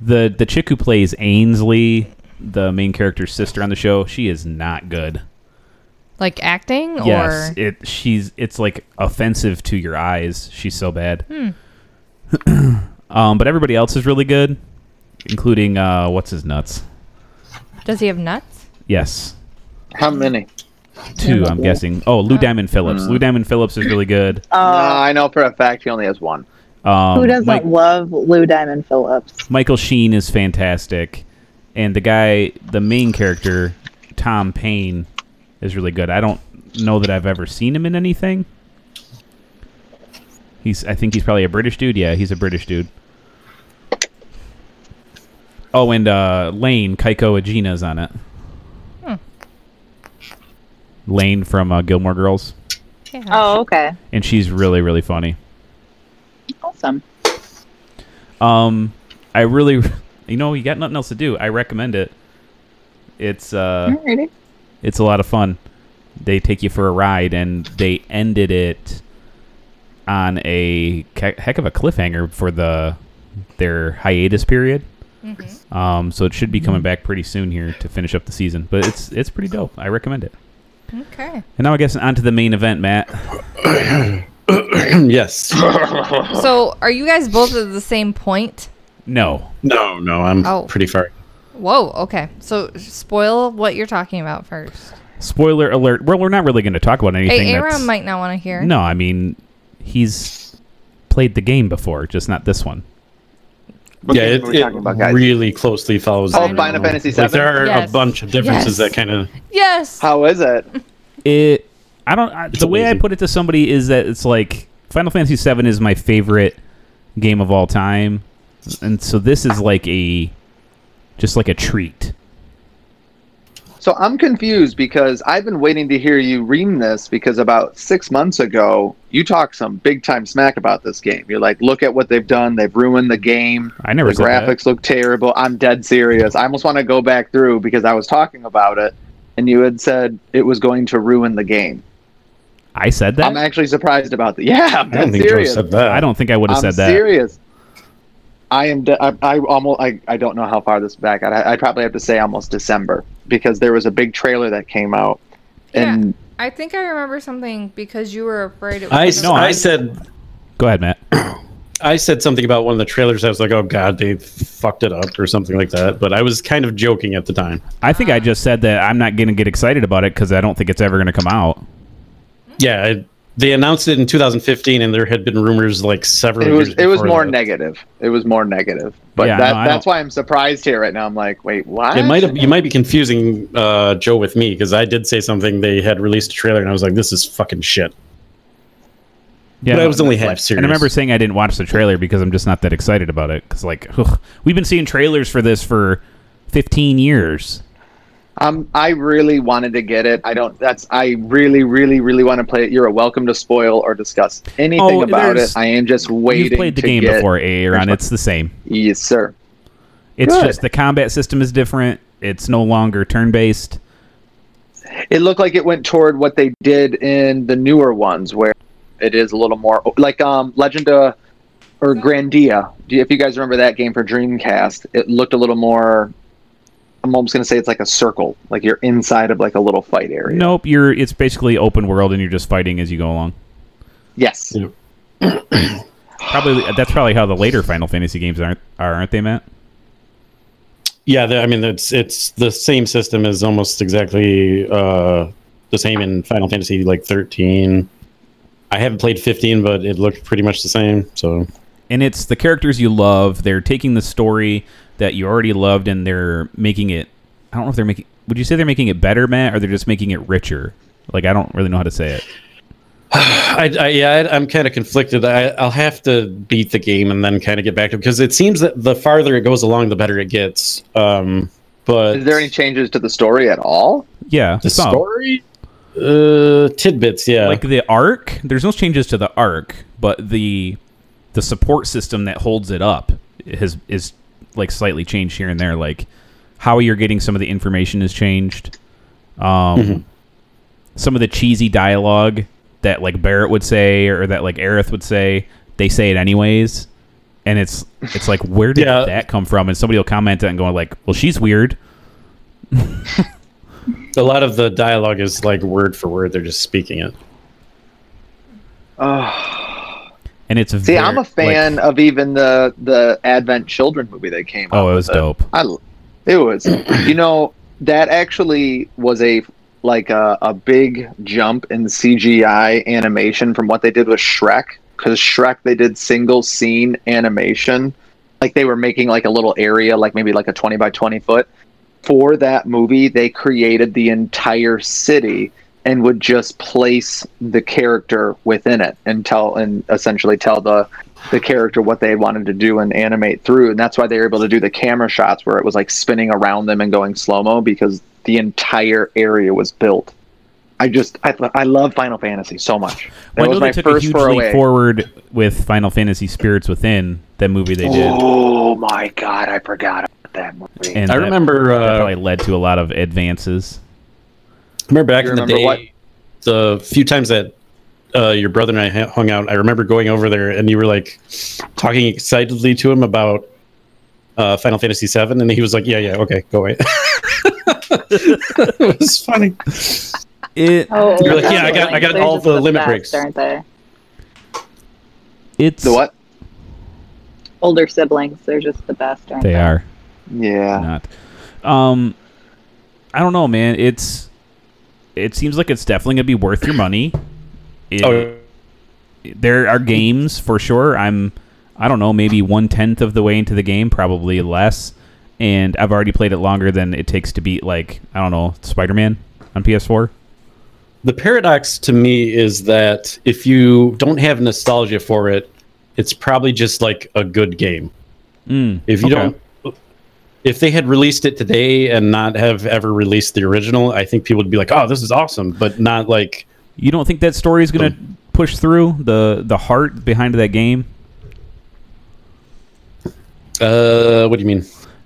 B: the the chick who plays Ainsley, the main character's sister on the show, she is not good.
A: Like acting
B: Yes,
A: or
B: it she's it's like offensive to your eyes. She's so bad.
A: Hmm.
B: um, but everybody else is really good, including uh, what's his nuts.
A: does he have nuts?
B: Yes,
D: How
A: Hmm.
D: many?
B: two, I'm guessing. Oh, Lou Diamond Phillips. Lou Diamond Phillips is really good.
A: Uh,
D: no, I know for a fact he only has one.
B: Um,
F: Uh, Who doesn't
B: Mi-
F: love Lou Diamond Phillips?
B: Michael Sheen is fantastic, and the guy, the main character, Tom Payne, is really good. I don't know that I've ever seen him in anything. He's, I think he's probably a British dude. Yeah, he's a British dude. Oh, and uh, Lane Kaiko Ajina's on it. Lane from uh, Gilmore Girls,
A: Yeah.
F: Oh, okay.
B: and she's really, really funny.
F: Awesome.
B: Um, I really, you know, you got nothing else to do. I recommend it. It's uh,
A: Mm-hmm.
F: Alrighty.
B: it's a lot of fun. They take you for a ride, and they ended it on a ca- heck of a cliffhanger for the their hiatus period.
A: Mm-hmm.
B: Um, so it should be coming back pretty soon here to finish up the season. But it's it's pretty dope. I recommend it.
A: Okay.
B: And now I guess on to the main event, Matt.
E: yes.
A: So, are you guys both at the same point?
B: No,
E: No, no, I'm
A: Oh.
E: pretty far.
A: Whoa, okay. So, spoil what you're talking about first.
B: spoiler alert. Well, we're not really going to talk about anything.
A: Hey,
B: that's-
A: Aaron might not want to hear.
B: No, I mean he's played the game before, just not this one.
D: What game
E: yeah, it,
D: were we
E: it
D: talking about, guys?
E: really closely follows.
D: Oh,
E: the-
D: Final Fantasy
E: Like, there
D: VII?
E: are
A: Yes.
E: a bunch of
A: Yes.
E: differences that kind of.
A: Yes.
D: How is it?
B: It I don't I, the way I
E: amazing.
B: put it to somebody is that it's like Final Fantasy 7 is my favorite game of all time. And so this is like a just like a treat.
D: So I'm confused because I've been waiting to hear you ream this because about six months ago you talked some big time smack about this game. You're like, look at what they've done. They've ruined the game.
B: I never
D: the
B: said that.
D: graphics look terrible. I'm dead serious. I almost want to go back through because I was talking about it, and you had said it was going to ruin the game.
B: I said that.
D: I'm actually surprised about that. Yeah, I'm
E: I don't
D: dead
E: think Joe
D: serious.
E: said that.
B: I don't think I would have
D: I'm
B: said that.
D: serious. I am. De- I, I almost. I, I. don't know how far this back. I. I probably have to say almost December because there was a big trailer that came out,
A: Yeah.
D: and
A: I think I remember something because you were afraid it was.
E: I,
A: gonna-
B: No,
E: I
B: I-
E: said
B: Go ahead, Matt.
E: I said something about one of the trailers. I was like, "Oh God, they fucked it up" or something like that. But I was kind of joking at the time.
B: I think I just said that I'm not going to get excited about it cuz I don't think it's ever going to come out.
E: Yeah, I, They announced it in 2015, and there had been rumors like several.
D: It was
E: years
D: it was
E: before
D: more
E: that.
D: negative. It was more negative. But
B: Yeah,
D: that,
B: no, I
D: that's
B: don't-
D: why I'm surprised here right now. I'm like, wait, what?
E: It might have, you might be confusing uh, Joe with me because I did say something. They had released a trailer, and I was like, "This is fucking shit."
B: Yeah,
E: but I was only
B: like-
E: half serious.
B: And I remember saying I didn't watch the trailer because I'm just not that excited about it. Because like, ugh, we've been seeing trailers for this for 15 years.
D: Um, I really wanted to get it. I don't. That's. I really, really, really want to play it. You're welcome to spoil or discuss anything
B: Oh,
D: about it.
B: there's-
D: I am just waiting.
B: You've played the
D: to
B: game
D: get-
B: before, Aaron. It's the same.
D: Yes, sir.
B: It's
D: Good.
B: just the combat system is different. It's no longer turn based.
D: It looked like it went toward what they did in the newer ones, where it is a little more like um Legenda or Grandia. Do you- If you guys remember that game for Dreamcast, it looked a little more. I'm almost gonna say it's like a circle, like you're inside of like a little fight area.
B: Nope, you're. It's basically open world, and you're just fighting as you go along.
D: Yes.
E: Yeah.
B: Probably that's probably how the later Final Fantasy games aren't are, aren't they, Matt?
E: Yeah, the, I mean, it's it's the same system is almost exactly uh, the same in Final Fantasy like 13. I haven't played 15, but it looked pretty much the same. So
B: and it's the characters you love. They're taking the story that you already loved and they're making it. I don't know if they're making. Would you say they're making it better, Matt, or they're just making it richer? Like I don't really know how to say it.
E: I, I yeah, I, I'm kind of conflicted. I, I'll have to beat the game and then kind of get back to because it seems that the farther it goes along, the better it gets. Um, but
D: Is there any changes to the story at all?
B: Yeah,
E: the
B: some.
E: story? Uh, tidbits, yeah.
B: like the arc. There's no changes to the arc, but the the support system that holds it up has is like slightly changed here and there. Like how you're getting some of the information is changed. Um,
D: Mm-hmm.
B: Some of the cheesy dialogue that like Barrett would say or that like Aerith would say, they say it anyways, and it's it's like where did
E: Yeah.
B: that come from? And somebody will comment on it and going like, well, she's weird.
E: a lot of the dialogue is like word for word. They're just speaking it.
B: And it's
D: See, I'm a fan of even the the Advent Children movie that came.
B: Oh,
D: out
B: it was
D: with
B: dope.
D: I, l- it was. you know, that actually was a like a, a big jump in CGI animation from what they did with Shrek. Because Shrek, they did single scene animation, like they were making like a little area, like maybe like a twenty by twenty foot. For that movie, they created the entire city and would just place the character within it and tell and essentially tell the the character what they wanted to do and animate through and that's why they were able to do the camera shots where it was like spinning around them and going slow mo because the entire area was built i just i, I love final fantasy so much that
B: Well, I know
D: was
B: they
D: my
B: took a
D: first
B: huge
D: foray
B: leap forward with Final Fantasy Spirits Within, that movie they did.
D: oh my god i forgot about that movie
B: And
E: I
B: that-
E: remember
B: that
E: uh,
B: probably led to a lot of advances.
E: remember back
D: You
E: in the
D: remember
E: day,
D: what?
E: the few times that uh, your brother and I ha- hung out, I remember going over there and you were like talking excitedly to him about uh, Final Fantasy VII, and he was like, "Yeah, yeah, okay, go away." it was funny.
B: It
F: Oh,
E: You're like,
F: those
E: yeah, I got- I
F: ones,
E: got
F: they're
E: all
F: just
E: the limit
F: best,
E: breaks.
F: aren't they?
B: it's
D: the what
F: Older siblings, they're just the best, aren't they?
B: they are
D: yeah
B: not. Um, I don't know, man. It's it seems like it's definitely gonna be worth your money. It-
E: Oh,
B: there are games for sure. I'm I don't know, maybe one tenth of the way into the game, probably less. And I've already played it longer than it takes to beat like I don't know Spider Man on PS4.
E: the paradox to me is that if you don't have nostalgia for it, it's probably just like a good game.
B: Mm,
E: If you
B: okay.
E: don't, if they had released it today and not have ever released the original, I think people would be like, "Oh, this is awesome," but not like,
B: You don't think that story is going to push through the the heart behind that game?
E: "Uh, what do you mean?"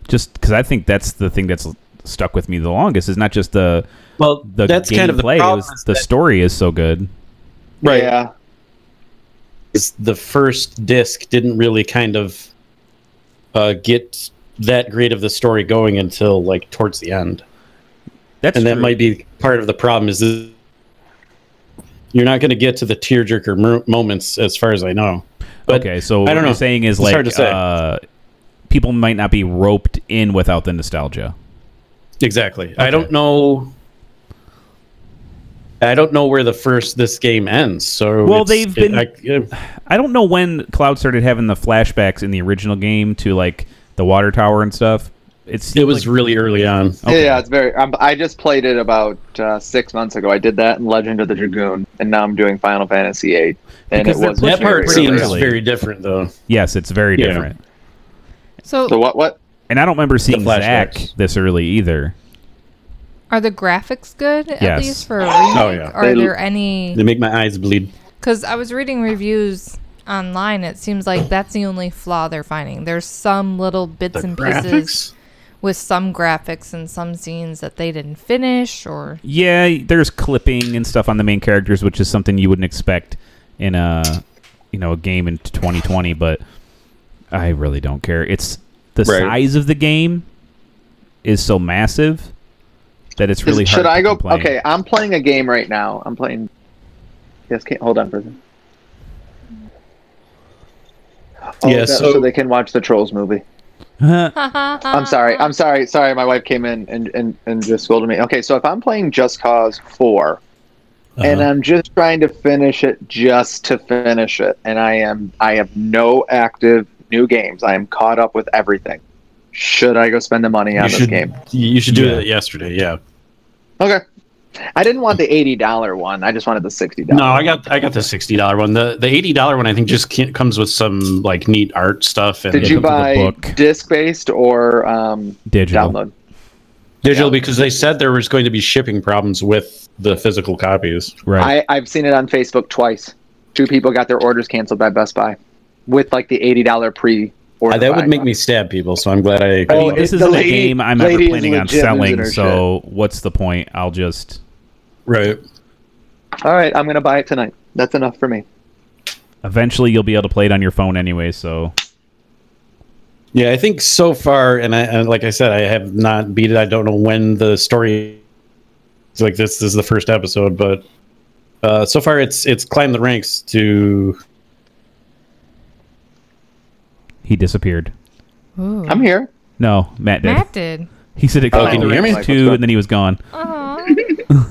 B: Just because I think that's the thing that's stuck with me the longest is not just the
E: Well,
B: the
E: that's kind of the
B: gameplay, it
E: problem.
B: was
E: is
B: the
E: that
B: story is so good.
E: Right.
D: yeah
E: is the first disc didn't really kind of uh, get that great of the story going until like towards the end,
B: That's
E: and that
B: true.
E: might be part of the problem. Is this, you're not going to get to the tearjerker mo- moments, as far as I know. But
B: okay. So
E: I
B: what
E: don't know.
B: you're saying is
E: It's
B: like
E: hard to say.
B: Uh, people might not be roped in without the nostalgia.
E: Exactly. I
B: Okay.
E: don't know. I don't know where the first this game ends. So
B: Well,
E: it's-
B: they've
E: it-
B: been-
E: I,
B: I don't know when Cloud started having the flashbacks in the original game to like the water tower and stuff. It's
E: it was really early on.
B: Okay.
D: Yeah, it's very. Um, I just played it about uh, six months ago. I did that in Legend of the Dragoon, and now I'm doing Final Fantasy VIII. And
B: Because
D: it
B: they're
D: was
B: pushing
E: That
D: very
E: part
B: pretty
E: seems
B: early.
E: very different, though.
B: yes, it's very
E: Yeah.
B: different.
A: So,
D: So what? What?
B: And I don't remember seeing Zach
E: flashbacks.
B: this early either.
A: are the graphics good at
B: Yes.
A: least for a remake?
E: Oh, yeah.
A: Are
D: They-
A: there any?
E: They make my eyes bleed.
A: Because I was reading reviews online, it seems like that's the only flaw they're finding. There's some little bits and pieces with some graphics and some scenes that they didn't finish, or
B: Yeah, there's clipping and stuff on the main characters, which is something you wouldn't expect in a you know a game in 2020. But I really don't care. It's the
D: Right.
B: size of the game is so massive that it's really
D: Is-
B: hard.
D: should
B: to
D: I go?
B: complain.
D: Okay, I'm playing a game right now. I'm playing. Yes, can't hold on for a second. Oh,
E: Yeah,
D: that- so,
E: so-
D: they can watch the Trolls movie. I'm sorry.
A: Uh,
D: I'm sorry. Sorry, my wife came in and, and, and just scolded me. Okay, so if I'm playing Just Cause 4 and I'm just trying to finish it just to finish it, and I am I have no active new games. I am caught up with everything. Should I go spend the money on
E: you
D: this
E: should,
D: game?
E: You should do
B: Yeah.
E: it yesterday. Yeah.
D: Okay. I didn't want the eighty dollar one. I just wanted the sixty
E: No,
D: dollar.
E: I got I got the sixty dollar one. The the eighty dollar one I think just can't, comes with some like neat art stuff and
D: Did you
B: look at the
D: buy
B: book.
D: disc based or um,
B: digital.
D: download?
E: digital because they said there was going to be shipping problems with the physical copies.
B: Right.
D: I, I've seen it on Facebook twice. Two people got their orders canceled by Best Buy with like the eighty dollar pre order.
E: Uh, that would make me stab people, so I'm glad I.
B: I
D: Oh,
B: mean, this
D: it-
B: isn't
D: the
B: a
D: lady-
B: game I'm ever
D: lady is
B: planning on
D: legit losing
B: selling,
D: her
B: so what's the point? I'll just
E: right.
D: All right, I'm gonna buy it tonight. That's enough for me.
B: eventually you'll be able to play it on your phone anyway, so
E: Yeah, I think so far, and, I, and like I said, I have not beat it. I don't know when the story. It's like this, is the first episode, but uh, so far it's it's climbed the ranks to.
B: he disappeared.
A: Ooh.
D: I'm here.
B: No, Matt did.
A: Matt did.
B: He said it
E: Oh,
B: climbed
E: can
B: the
E: you hear
B: ranks
D: me?
B: too, and then he was gone.
A: Aw.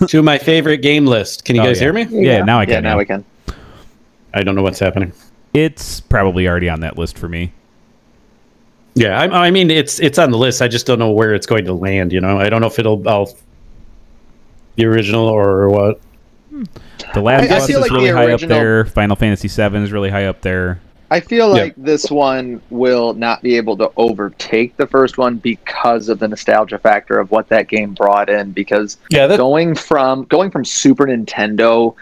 E: to my favorite game list. Can you
B: Oh,
E: guys
B: yeah.
E: hear me?
B: Yeah, now I can.
D: Yeah, now
B: now.
D: we can.
E: I don't know what's happening.
B: It's probably already on that list for me.
E: Yeah, I, I mean it's it's on the list. I just don't know where it's going to land. You know, I don't know if it'll I'll the original or what.
B: The Last
D: I-
B: of
D: I
B: Us
D: feel
B: is
D: like the
B: really high up
D: original-
B: there. Final Fantasy VII is really high up there.
D: I feel
E: Yeah.
D: like this one will not be able to overtake the first one because of the nostalgia factor of what that game brought in. Because
E: Yeah, that,
D: going from going from Super Nintendo,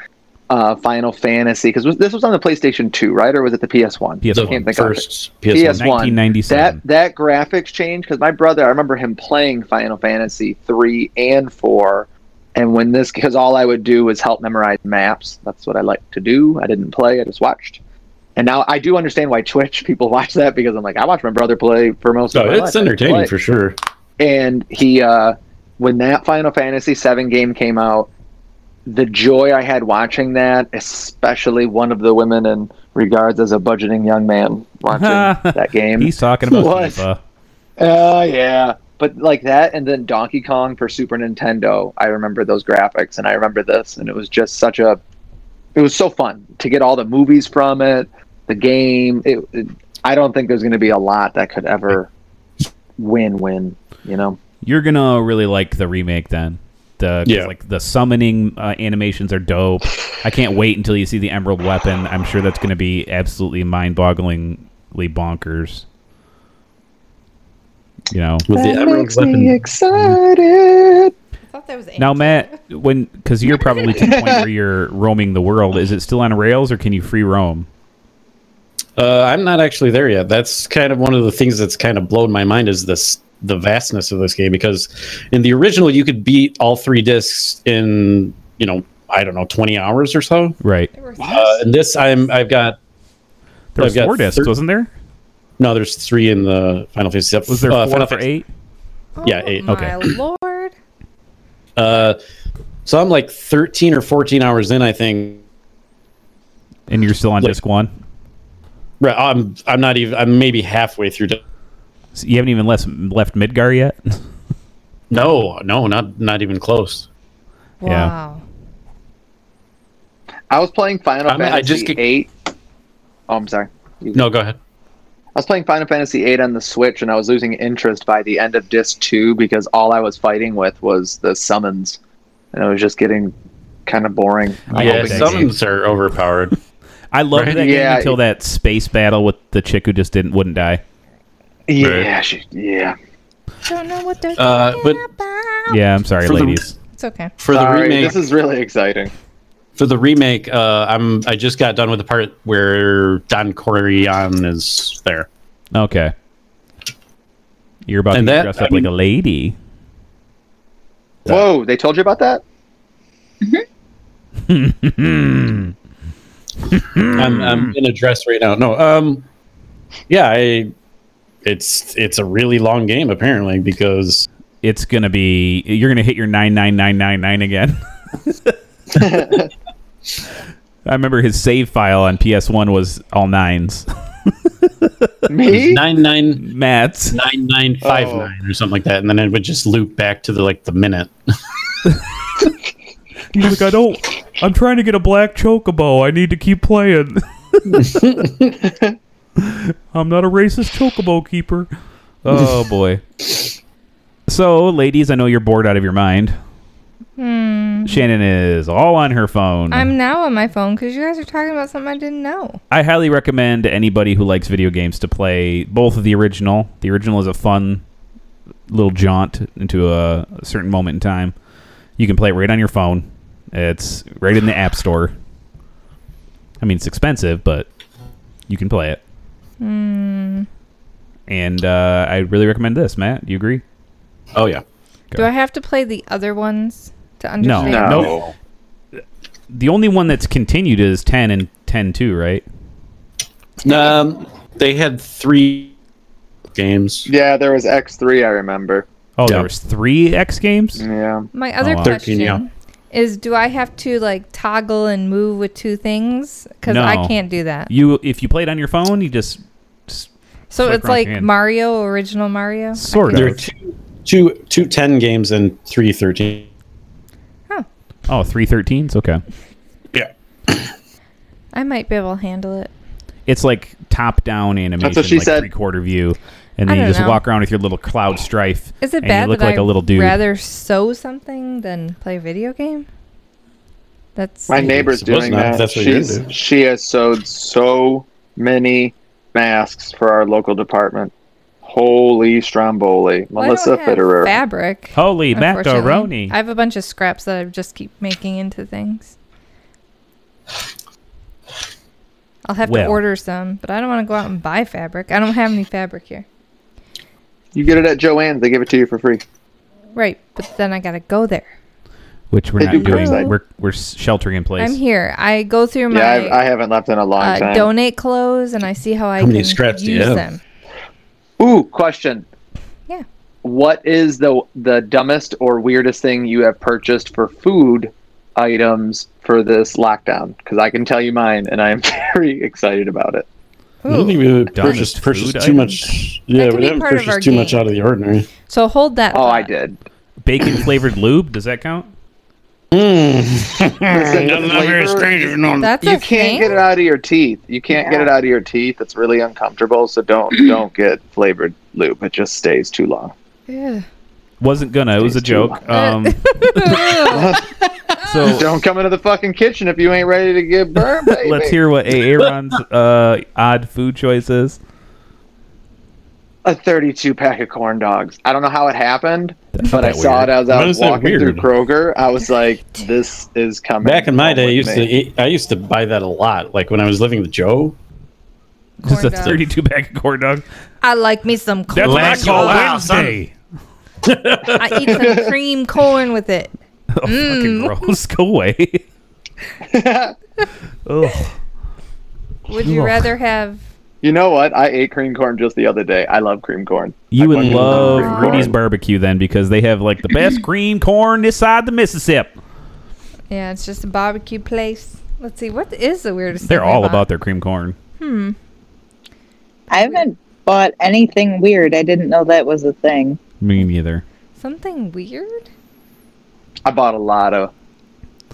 D: uh, Final Fantasy, because this was on the PlayStation 2, right, or was it the PS One?
B: PS1.
E: the
D: Can't think of it.
E: first PS1.
D: PS1. one.
B: 1997.
D: That
E: Mm-hmm.
D: that graphics change because my brother, I remember him playing Final Fantasy three and four, and when this because all I would do was help memorize maps. That's what I like to do. I didn't play. I just watched. And now I do understand why Twitch people watch that because I'm like I watch my brother play for most
E: So
D: of my life.
E: Oh, it's
D: I didn't
E: entertaining
D: play.
E: for sure.
D: And he, uh, when that Final Fantasy VII game came out, the joy I had watching that, especially one of the women in regards as a budgeting young man watching that game.
B: He's talking about
D: What?
B: FIFA.
D: Oh yeah. But like that and then Donkey Kong for Super Nintendo, I remember those graphics and I remember this and it was just such a it was so fun to get all the movies from it, the game. It, it- I don't think there's going to be a lot that could ever win win, you know.
B: You're gonna really like the remake then. The 'cause,
E: Yeah.
B: like the summoning uh, animations are dope. I can't wait until you see the Emerald Weapon. I'm sure that's gonna be absolutely mind-bogglingly bonkers. You know.
E: With the Emerald Weapon.
D: excited.
A: I thought that was
B: Now, Matt, when because you're probably to the point where you're roaming the world, is it still on rails or can you free roam?
E: Uh, I'm not actually there yet. That's kind of one of the things that's kind of blown my mind is this the vastness of this game because in the original you could beat all three discs in you know I don't know 20 hours or so.
B: Right.
E: Uh, and this I'm I've got
B: There was
E: I've got
B: four discs,
E: thir-
B: wasn't there?
E: no there's three in the Final Fantasy.
B: Was there
E: uh,
B: four
E: Final
B: for
E: Fantasy-
B: eight?
E: yeah, eight.
A: Oh My
B: Okay.
A: lord.
E: Uh, so I'm like 13 or 14 hours in I think.
B: And you're still on
E: Like-
B: disc one.
E: Right, I'm I'm not even I'm maybe halfway through. di-
B: So you haven't even left left Midgar yet.
E: No, no, not not even close.
B: Yeah.
A: Wow.
D: I was playing Final
E: I'm- I
D: Fantasy
E: just get-
D: eight. Oh, I'm sorry.
E: No, go ahead.
D: I was playing Final Fantasy VIII on the Switch, and I was losing interest by the end of disc two because all I was fighting with was the summons, and it was just getting kind of boring.
B: I
E: yeah,
B: hope that
E: summons are overpowered.
B: I loved
E: Right?
B: that
D: Yeah,
B: game until that space battle with the chick who just didn't wouldn't die.
D: Yeah, she, yeah.
A: Don't know what they're
E: Uh,
A: talking
E: but-
A: about.
B: Yeah, I'm sorry,
E: For the-
B: ladies.
A: It's okay.
E: For the
D: Sorry,
E: remake,
D: this is really exciting.
E: for the remake, uh, I'm I just got done with the part where Don Corleone is there.
B: Okay. You're about
E: And
B: to get
E: that-
B: dressed
E: I
B: up
E: mean-
B: like a lady.
D: Whoa, they told you about that?
E: I'm, I'm in a dress right now. No, um, yeah, I, it's it's a really long game apparently because
B: It's gonna be you're gonna hit your nine nine nine nine nine again. I remember his save file on PS1 was all nines.
D: Me?
E: nine nine
B: Matt's.
E: nine nine five nine or something like that, and then it would just loop back to the like the minute.
B: He's like, I don't I'm trying to get a black chocobo. I need to keep playing. I'm not a racist chocobo keeper. Oh boy. So, ladies, I know you're bored out of your mind. Shannon is all on her phone.
A: I'm now on my phone because you guys are talking about something I didn't know.
B: I highly recommend to anybody who likes video games to play both of the original. The original is a fun little jaunt into a, a certain moment in time. You can play it right on your phone. It's right in the app store. I mean, it's expensive, but you can play it. And uh, I really recommend this, Matt. Do you agree?
E: Oh yeah,
A: Do I have to play the other ones to
B: No.
A: understand?
D: No.
B: Nope. The only one that's continued is 10 and 10 2, right?
E: um, they had three games.
D: Yeah, there was X3, I remember.
B: Oh, there
E: Yeah.
B: was three X games?
D: Yeah.
A: My other
B: Oh, wow.
E: 13,
A: question
E: yeah.
A: is do I have to like toggle and move with two things? Because
B: No.
A: I can't do that.
B: You, if you played on your phone, you just
A: so
B: flick
A: it's
B: around
A: like
B: your hand.
A: Mario, original Mario? I
B: Sort
A: can't-
E: There were
B: of.
E: two two two ten games and three thirteen.
B: Oh, 313s? Okay.
E: Yeah,
A: I might be able to handle it.
B: It's like top down animation.
D: That's what she
B: like
D: said.
B: Three quarter view. And
A: I
B: then you
A: don't
B: just
A: know.
B: walk around with your little cloud strife.
A: Is it
B: and
A: bad
B: You look
A: that
B: like
A: I
B: a little dude.
A: rather sew something than play a video game? That's
D: My neighbor's
E: Suppose
D: doing
E: not,
D: that.
E: if that's what you're
D: She's,
E: into.
D: she has sewed so many masks for our local department. Holy Stromboli.
A: Well, I
D: Melissa
A: don't have
D: Fitterer.
A: fabric.
B: Holy
A: unfortunately.
B: macaroni.
A: I have a bunch of scraps that I just keep making into things. I'll have to
B: Well.
A: order some, but I don't want to go out and buy fabric. I don't have any fabric here.
D: you get it at Joann's, they give it to you for free.
A: Right, but then I gotta go there.
B: Which we're
D: They
B: not
D: do
B: doing.
D: curbside.
B: We're, we're sheltering in place.
A: I'm here. I go through
D: Yeah,
A: my
D: I, I haven't left in a long
A: uh,
D: time.
A: donate clothes and I see how I
E: How many
A: can
E: scraps do you
A: use
E: have?
A: them.
D: Ooh, question.
A: Yeah.
D: What is the the dumbest or weirdest thing you have purchased for food items for this lockdown? Because I can tell you mine, and I am very excited about it.
E: I don't think we
B: Diet
E: purchased purchased
B: food
E: too
B: items?
E: much. Yeah,
A: could
E: we
A: be
E: haven't
A: part of our
E: purchased too much
A: game.
E: out of the ordinary.
A: So hold that.
D: Oh, I
A: thought.
D: did.
B: Bacon flavored lube. Does that count?
D: Listen, the flavor-
A: That's
D: you
A: a
D: can't
A: thing.
D: get it out of your teeth. You can't get it out of your teeth. It's really uncomfortable. So don't don't get flavored lube. It just stays too long.
A: Ugh.
B: Wasn't gonna. It was a joke. Um, so
D: Don't come into the fucking kitchen if you ain't ready to get burned. Baby.
B: Oh. let's hear what Aaron's uh, odd food choice is.
D: a 32 pack of corn dogs. I don't know how it happened,
B: That's
D: but
B: not
D: I
B: that
D: saw
B: weird.
D: it as
E: Why
D: I was
E: is that
D: walking through
E: weird?
D: Kroger. I was like, this is coming.
E: Back in my
D: home
E: day, I
D: with
E: used to
D: me.
E: eat, I used to buy that a lot. Like when I was living with Joe.
B: Just a
A: Corn dog.
B: 32 pack of corn dog.
A: I like me some corn.
B: That's what I
E: Let's
B: call
E: go out,
B: Wednesday.
A: I eat some cream corn with it.
B: Oh,
A: Mm.
B: fucking gross. Go away. Ugh.
A: Would you
B: Ugh.
A: rather have?
D: You know what? I ate cream corn just the other day. I love cream corn.
B: You would
D: fucking love
B: love
D: cream
B: Rudy's
D: corn.
B: barbecue then because they have like the best cream corn this side the Mississippi.
A: Yeah, it's just a barbecue place. Let's see. What is the weirdest?
B: They're
A: thing we
B: all
A: bought?
B: about their cream corn.
F: I haven't bought anything weird. I didn't know that was a thing.
B: Me neither.
A: something weird.
D: I bought a lot of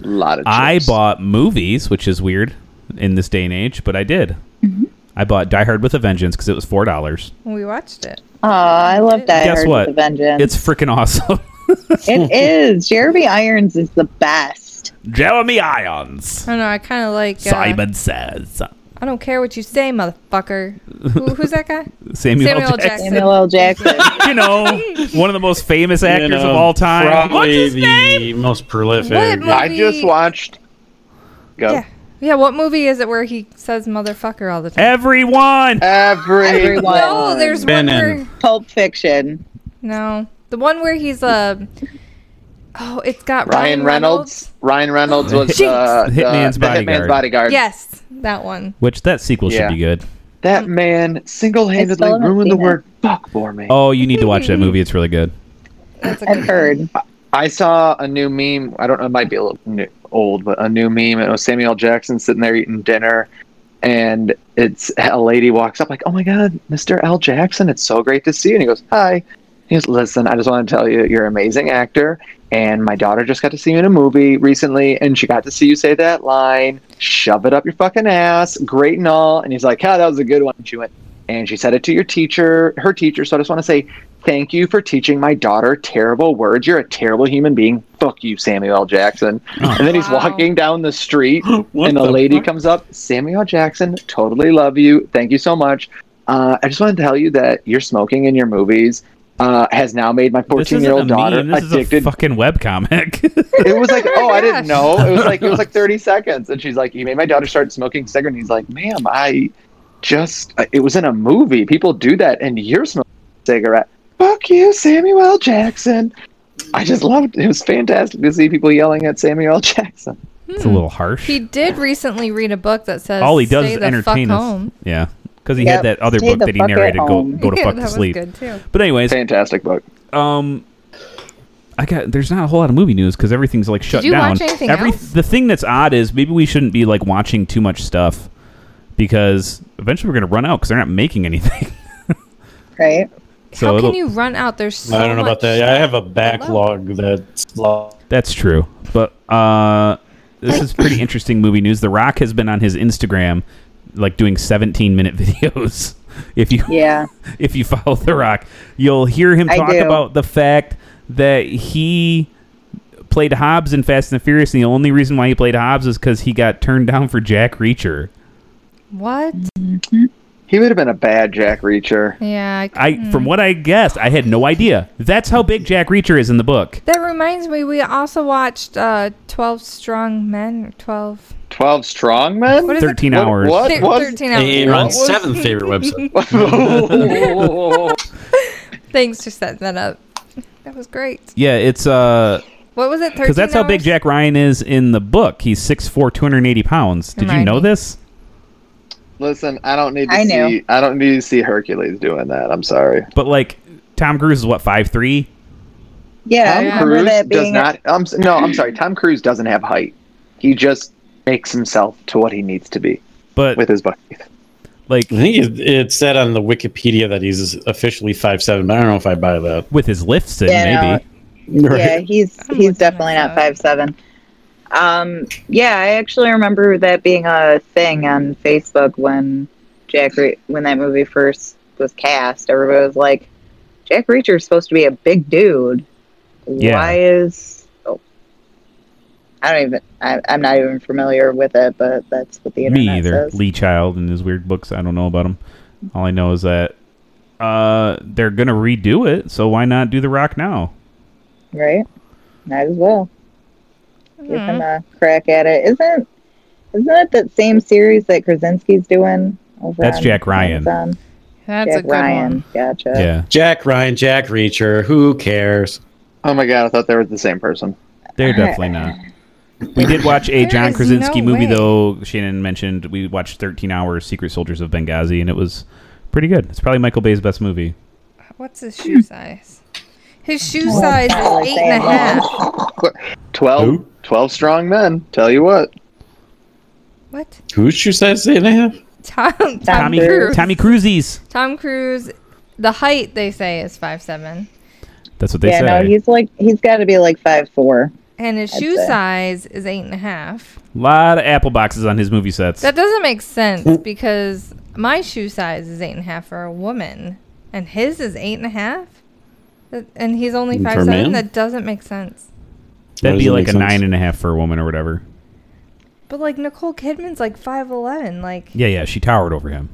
D: A lot of. Chips.
B: I bought movies, which is weird in this day and age, but I did.
A: Mm-hmm.
B: I bought Die Hard with a Vengeance because it was four dollars.
A: We watched it.
F: Oh, I love that.
B: Guess what?
F: The vengeance.
B: It's freaking awesome.
F: it is. Jeremy Irons is the best.
B: Jeremy Irons.
A: I don't know. I kind of like. Uh,
B: Simon says.
A: I don't care what you say, motherfucker. Who, who's that guy?
B: Samuel,
A: Samuel
B: Jackson.
A: Jackson.
F: Samuel L. Jackson.
B: You know, one of the most famous actors
E: You know,
B: of all time. What's
E: Probably
B: his
E: the
B: name?
E: most
A: What
E: prolific.
A: mo-
D: I just watched. Go.
A: Yeah. Yeah. What movie is it where he says motherfucker all the time?
B: Everyone.
D: Every
F: Everyone.
A: No, there's one
E: Been in.
A: where.
F: Pulp Fiction.
A: No, the one where he's Uh, oh, it's got Ryan,
D: Ryan Reynolds. Ryan Reynolds was uh, the,
B: Jinx. Hitman's
D: the
B: bodyguard.
D: Hitman's bodyguard.
A: Yes, that one.
B: Which that sequel
D: Yeah.
B: should be good.
D: That man
F: I
D: single-handedly
F: still haven't
D: ruined the
F: seen it.
D: word "fuck" for me.
B: Oh, you need to watch that movie. It's really good.
A: That's a
F: I've
A: good.
F: heard.
D: I saw a new meme. I don't know. It might be a little new, old, but a new meme. And it was Samuel Jackson sitting there eating dinner, and it's a lady walks up like, "Oh my God, Mr. L. Jackson, it's so great to see you." And he goes, "Hi." He goes, "Listen, I just want to tell you, you're an amazing actor, and my daughter just got to see you in a movie recently, and she got to see you say that line, shove it up your fucking ass, great and all." And he's like, "Ah, that was a good one." And she went, and she said it to your teacher, her teacher. So I just want to say Thank you for teaching my daughter terrible words. You're a terrible human being. Fuck you, Samuel L. Jackson. and then he's
A: Wow.
D: walking down the street,
E: What
D: and a
E: the
D: lady
E: fuck?
D: comes up. Samuel Jackson, totally love you. Thank you so much. Uh, I just wanted to tell you that your smoking in your movies uh, has now made my
B: This isn't
D: 14 year
B: a
D: old daughter
B: meme, This
D: addicted.
B: is a fucking webcomic.
D: it was like, oh, I
A: Gosh.
D: didn't know. It was like it was like 30 seconds, and she's like, you made my daughter start smoking cigarettes. And he's like, ma'am, I just uh, it was in a movie. People do that, and you're smoking a cigarette. Fuck you, Samuel L. Jackson. I just loved. It was fantastic to see people yelling at Samuel L. Jackson.
B: it's a little harsh.
A: He did recently read a book that says
B: All he does
A: "Stay
B: is
A: the
B: entertain
A: fuck
B: us.
A: home."
B: Yeah, because he
F: Yep.
B: had that other
F: Stay
B: book
F: the
B: that he
F: fuck at
B: narrated, go
F: home.
B: go to
A: Yeah,
B: fuck
A: that
B: to
A: was
B: sleep.
A: good too.
B: But anyways,
D: Fantastic book.
B: um, I got there's not a whole lot of movie news because everything's like shut
A: you
B: down.
A: watch anything else?
B: The thing that's odd is maybe we shouldn't be like watching too much stuff because eventually we're gonna run out because they're not making anything.
F: Right?
B: so
A: How
B: it'll-
A: can you run out? There's so
E: I don't know
A: much.
E: about that. I have a backlog that's long.
B: That's true. But uh, this is pretty interesting movie news. The Rock has been on his Instagram, like doing 17 minute videos. If you
F: Yeah.
B: if you follow The Rock, you'll hear him
F: I
B: talk
F: do.
B: about the fact that he played Hobbs in Fast and the Furious, and the only reason why he played Hobbs is because he got turned down for Jack Reacher.
A: What?
D: He would have been a bad Jack Reacher.
A: Yeah. I,
F: Hmm.
B: I, from what I guessed, I had no idea. That's how big Jack Reacher is in the book.
A: that reminds me. We also watched uh, Twelve Strong Men. or Twelve.
D: Twelve strong men.
A: What is it?
B: 13
D: What-
B: hours.
D: what?
A: Thir- Thirteen hours.
E: Hey, Aaron's seventh favorite website.
A: Thanks for setting that up. That was great.
B: Yeah, it's uh.
A: What was it? Thirteen.
B: Because that's how big
A: hours?
B: Jack Ryan is in the book. He's 6'4", 280 pounds. Did you
A: Remind
B: know
A: me.
B: this?
D: Listen, I don't need to
F: I knew.
D: see. I don't need to see Hercules doing that. I'm sorry.
B: But like Tom Cruise is what 5'3"?
F: Yeah.
D: Tom
F: I remember
D: Cruise
F: that
D: does
F: being
D: not. I'm s- no. I'm sorry. Tom Cruise doesn't have height. He just makes himself to what he needs to be
B: But
D: with his body.
B: like
E: I think it- it said on the Wikipedia that he's officially five seven, but I don't know if I buy that.
B: with his lifts in,
F: Yeah, no.
B: maybe.
F: Yeah, he's
A: I'm looking
F: he's
A: at
F: definitely
A: that.
F: not five seven. Um, yeah, I actually remember that being a thing on Facebook when Jack Re- when that movie first was cast. Everybody was like, "Jack Reacher's supposed to be a big dude.
B: Yeah.
F: Why is?" Oh, I don't even. I, I'm not even familiar with it, but that's what the internet
B: Me either.
F: says.
B: Lee Child and his weird books. I don't know about him. All I know is that uh, they're gonna redo it. So why not do The Rock now?
F: Right? Might as well give him
A: Mhm.
F: a crack at it. Isn't isn't it that same series that Krasinski's doing? Over
B: That's
F: on
B: Jack Ryan.
F: Amazon?
A: That's a
F: Jack
A: good
F: Ryan.
A: one.
F: Gotcha.
B: yeah,
E: Jack Ryan, Jack Reacher, who cares?
D: Oh my god! I thought they were the same person.
B: they're definitely not. We did watch a
A: There
B: John
A: is
B: Krasinski
A: no
B: movie
A: way.
B: though. Shannon mentioned we watched 13 hours Secret Soldiers of Benghazi, and it was pretty good. It's probably Michael Bay's best movie.
A: What's his shoe size? His shoe size is eight and a half.
D: Twelve.
E: Who?
D: Twelve strong men. Tell you what.
A: What?
E: Who's shoe size eight and a half?
A: Tom Tom,
B: Tommy
A: Cruise.
B: Tommy Cruises.
A: Tom Cruise. The height they say is five seven.
B: That's what they
F: Yeah,
B: say.
F: no, he's like he's got to be like five four.
A: And his shoe
C: a-
A: size is eight and a half.
B: lot of apple boxes on his movie sets.
A: That doesn't make sense because my shoe size is eight and a half for a woman, and his is eight and a half, That- and he's only
E: For a
A: five seven.
E: man?
A: That doesn't make sense.
B: That'd be
E: doesn't
B: like
E: make
B: a
E: sense.
B: nine and a half for a woman or whatever.
A: But like Nicole Kidman's like five eleven, like
B: Yeah, yeah. She towered over him.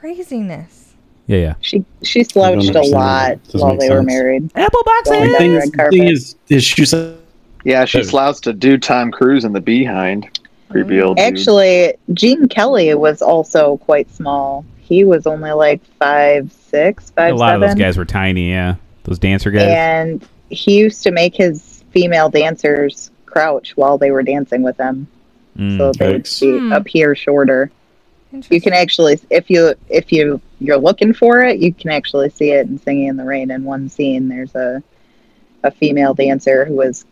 A: craziness.
B: Yeah, yeah.
C: She she slouched a
E: understand that.
C: lot
E: Doesn't make
C: while they were
E: sense.
C: married.
B: Apple
E: The
C: Going
B: boxes.
C: down
E: thing,
C: the
E: is,
C: red
E: the thing
C: carpet.
E: is, is she said
D: Yeah, she
E: Hey.
D: slouched to do Tom Cruise in the behind. Creepy old dude.
C: Actually, Gene Kelly was also quite small. He was only like five six,
B: A
C: five
B: lot of
C: seven,
B: those guys were tiny. Yeah, those dancer guys.
C: and he used to make his female dancers crouch while they were dancing with him,
B: Mm.
C: so they would
E: Yikes.
C: be,
A: Hmm.
C: appear shorter. You
A: Interesting.
C: can actually, if you if you you're looking for it, you can actually see it in Singing in the Rain. In one scene, there's a a female dancer who is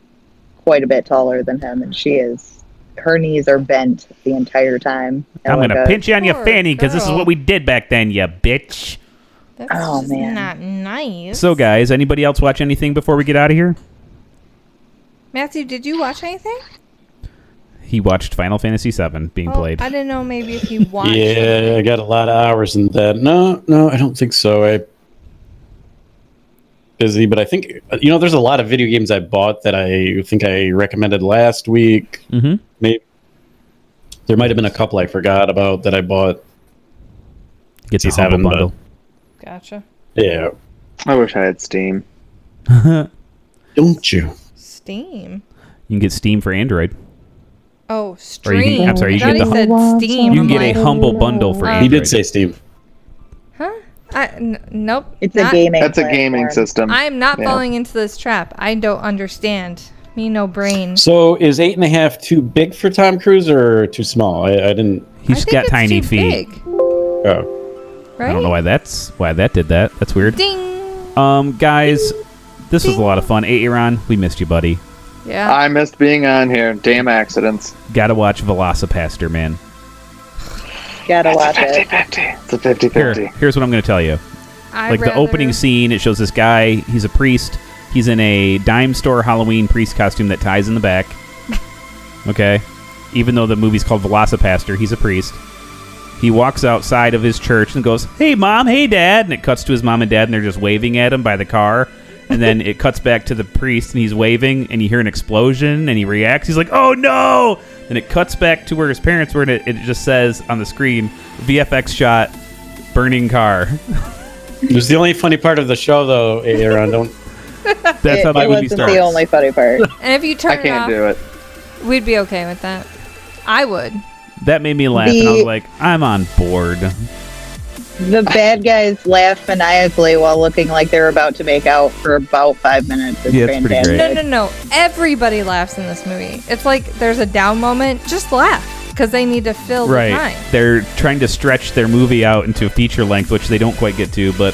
C: quite a bit taller than him, and she is her knees are bent the entire time. And
B: I'm
C: like
B: gonna
C: a-
B: pinch you on your
A: Poor
B: fanny because this is
A: girl.
B: what we did back then, you bitch.
A: That's
C: Oh,
A: just
C: man.
A: not nice.
B: So, guys, anybody else watch anything before we get out of here?
A: Matthew, did you watch anything?
B: He watched Final Fantasy VII being
A: Oh,
B: played.
A: I didn't know maybe if you watched.
E: Yeah, I got a lot of hours in that. No, no, I don't think so. I busy, but I think you know, there's a lot of video games I bought that I think I recommended last week.
B: Mm-hmm.
E: Maybe there might have been a couple I forgot about that I bought.
B: Gets a
E: He's having
B: humble
E: the-
B: bundle.
A: Gotcha.
E: Yeah,
D: I wish I had Steam.
E: don't you?
A: Steam.
B: You can get Steam for Android.
A: Oh,
B: Or you
A: stream.
B: can- I'm sorry, you
A: I
B: get
A: thought
B: the-
A: he said Steam.
B: You can
A: I'm
B: get a
A: like,
B: humble bundle for
A: Um,
B: Android.
E: He did say Steam.
A: Huh? I, n- nope.
C: It's
A: not-
C: a gaming.
D: That's a gaming
C: platform.
D: system.
A: I am not
D: Yeah.
A: falling into this trap. I don't understand. Me no brain.
E: So is eight and a half too big for Tom Cruise or too small? I, I didn't.
B: He's
A: I think
B: got
A: it's
B: tiny
A: too
B: feet.
A: big,
E: Oh,
A: right?
B: I don't know why that's why that did that. That's weird.
A: Ding.
B: Um, guys, this was a lot of fun. Aaron, we missed you, buddy.
A: Yeah.
D: I missed being on here. Damn accidents.
B: Gotta watch Velocipaster, man.
C: Gotta watch it.
D: 50 It's a 50
B: Here,
D: 50.
B: here's what I'm gonna tell you.
A: I'd
B: like the
A: rather-
B: opening scene it shows this guy he's a priest he's in a dime store halloween priest costume that ties in the back okay even though the movie's called velocipaster he's a priest he walks outside of his church and goes hey mom hey dad and it cuts to his mom and dad and they're just waving at him by the car and then it cuts back to the priest and he's waving and you hear an explosion and he reacts he's like oh no and it cuts back to where his parents were and it, it just says on the screen vfx shot burning car
E: it was the only funny part of the show though. Aaron, don't.
B: That's how
C: it,
B: my movie
C: it wasn't
B: starts.
C: the only funny part.
A: And if you turn
D: I can't
A: it
D: do it.
A: off, we'd be okay with that. I would.
B: That made me laugh, and I was
C: The-
B: like, I'm on board.
C: the bad guys laugh maniacally while looking like they're about to make out for about five minutes. It's
B: Yeah, it's pretty
C: fantastic.
B: great.
A: No, no, no. Everybody laughs in this movie. It's like there's a down moment. Just laugh because they need to fill
B: Right.
A: the time.
B: They're trying to stretch their movie out into a feature length, which they don't quite get to, but.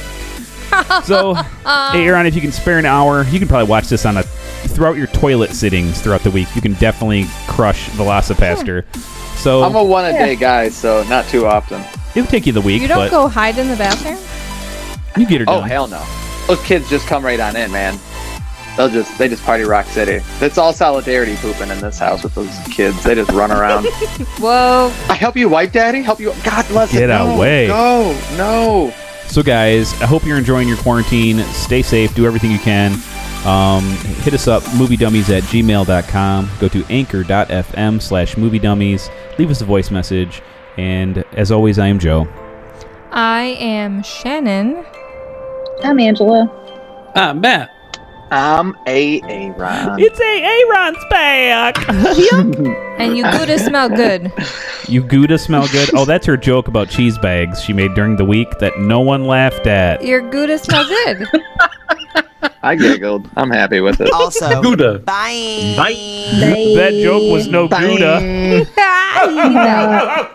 B: so, hey, Aaron, if you can spare an hour, you can probably watch this on a throughout your toilet sittings throughout the week. You can definitely crush Velocipaster. So
D: I'm a one a day guy, so not too often.
B: it'll take you the week,
A: You don't
B: but
A: go hide in the bathroom.
B: you get her
D: Oh
B: done.
D: hell no! Those kids just come right on in, man. They'll just they just party rock city. It's all solidarity pooping in this house with those kids. They just run around.
A: Whoa.
D: I help you wipe, daddy. Help you. God bless it.
B: Get
D: No,
B: away.
D: Go no.
B: So, guys, I hope you're enjoying your quarantine. Stay safe. Do everything you can. Um, hit us up, moviedummies at gmail.com. Go to anchor.fm slash moviedummies. Leave us a voice message. And as always, I am Joe.
A: I am Shannon.
C: I'm Angela.
E: Ah, Matt.
D: I'm a Aaron.
B: It's a Aaron's back.
A: And you good to smell good.
B: you Gouda smell good. Oh, that's her joke about cheese bags she made during the week that no one laughed at.
A: Your Gouda smell good.
D: I giggled. I'm happy with it.
H: Also,
E: Gouda.
H: bye.
B: That joke was no Gouda.
A: Bye.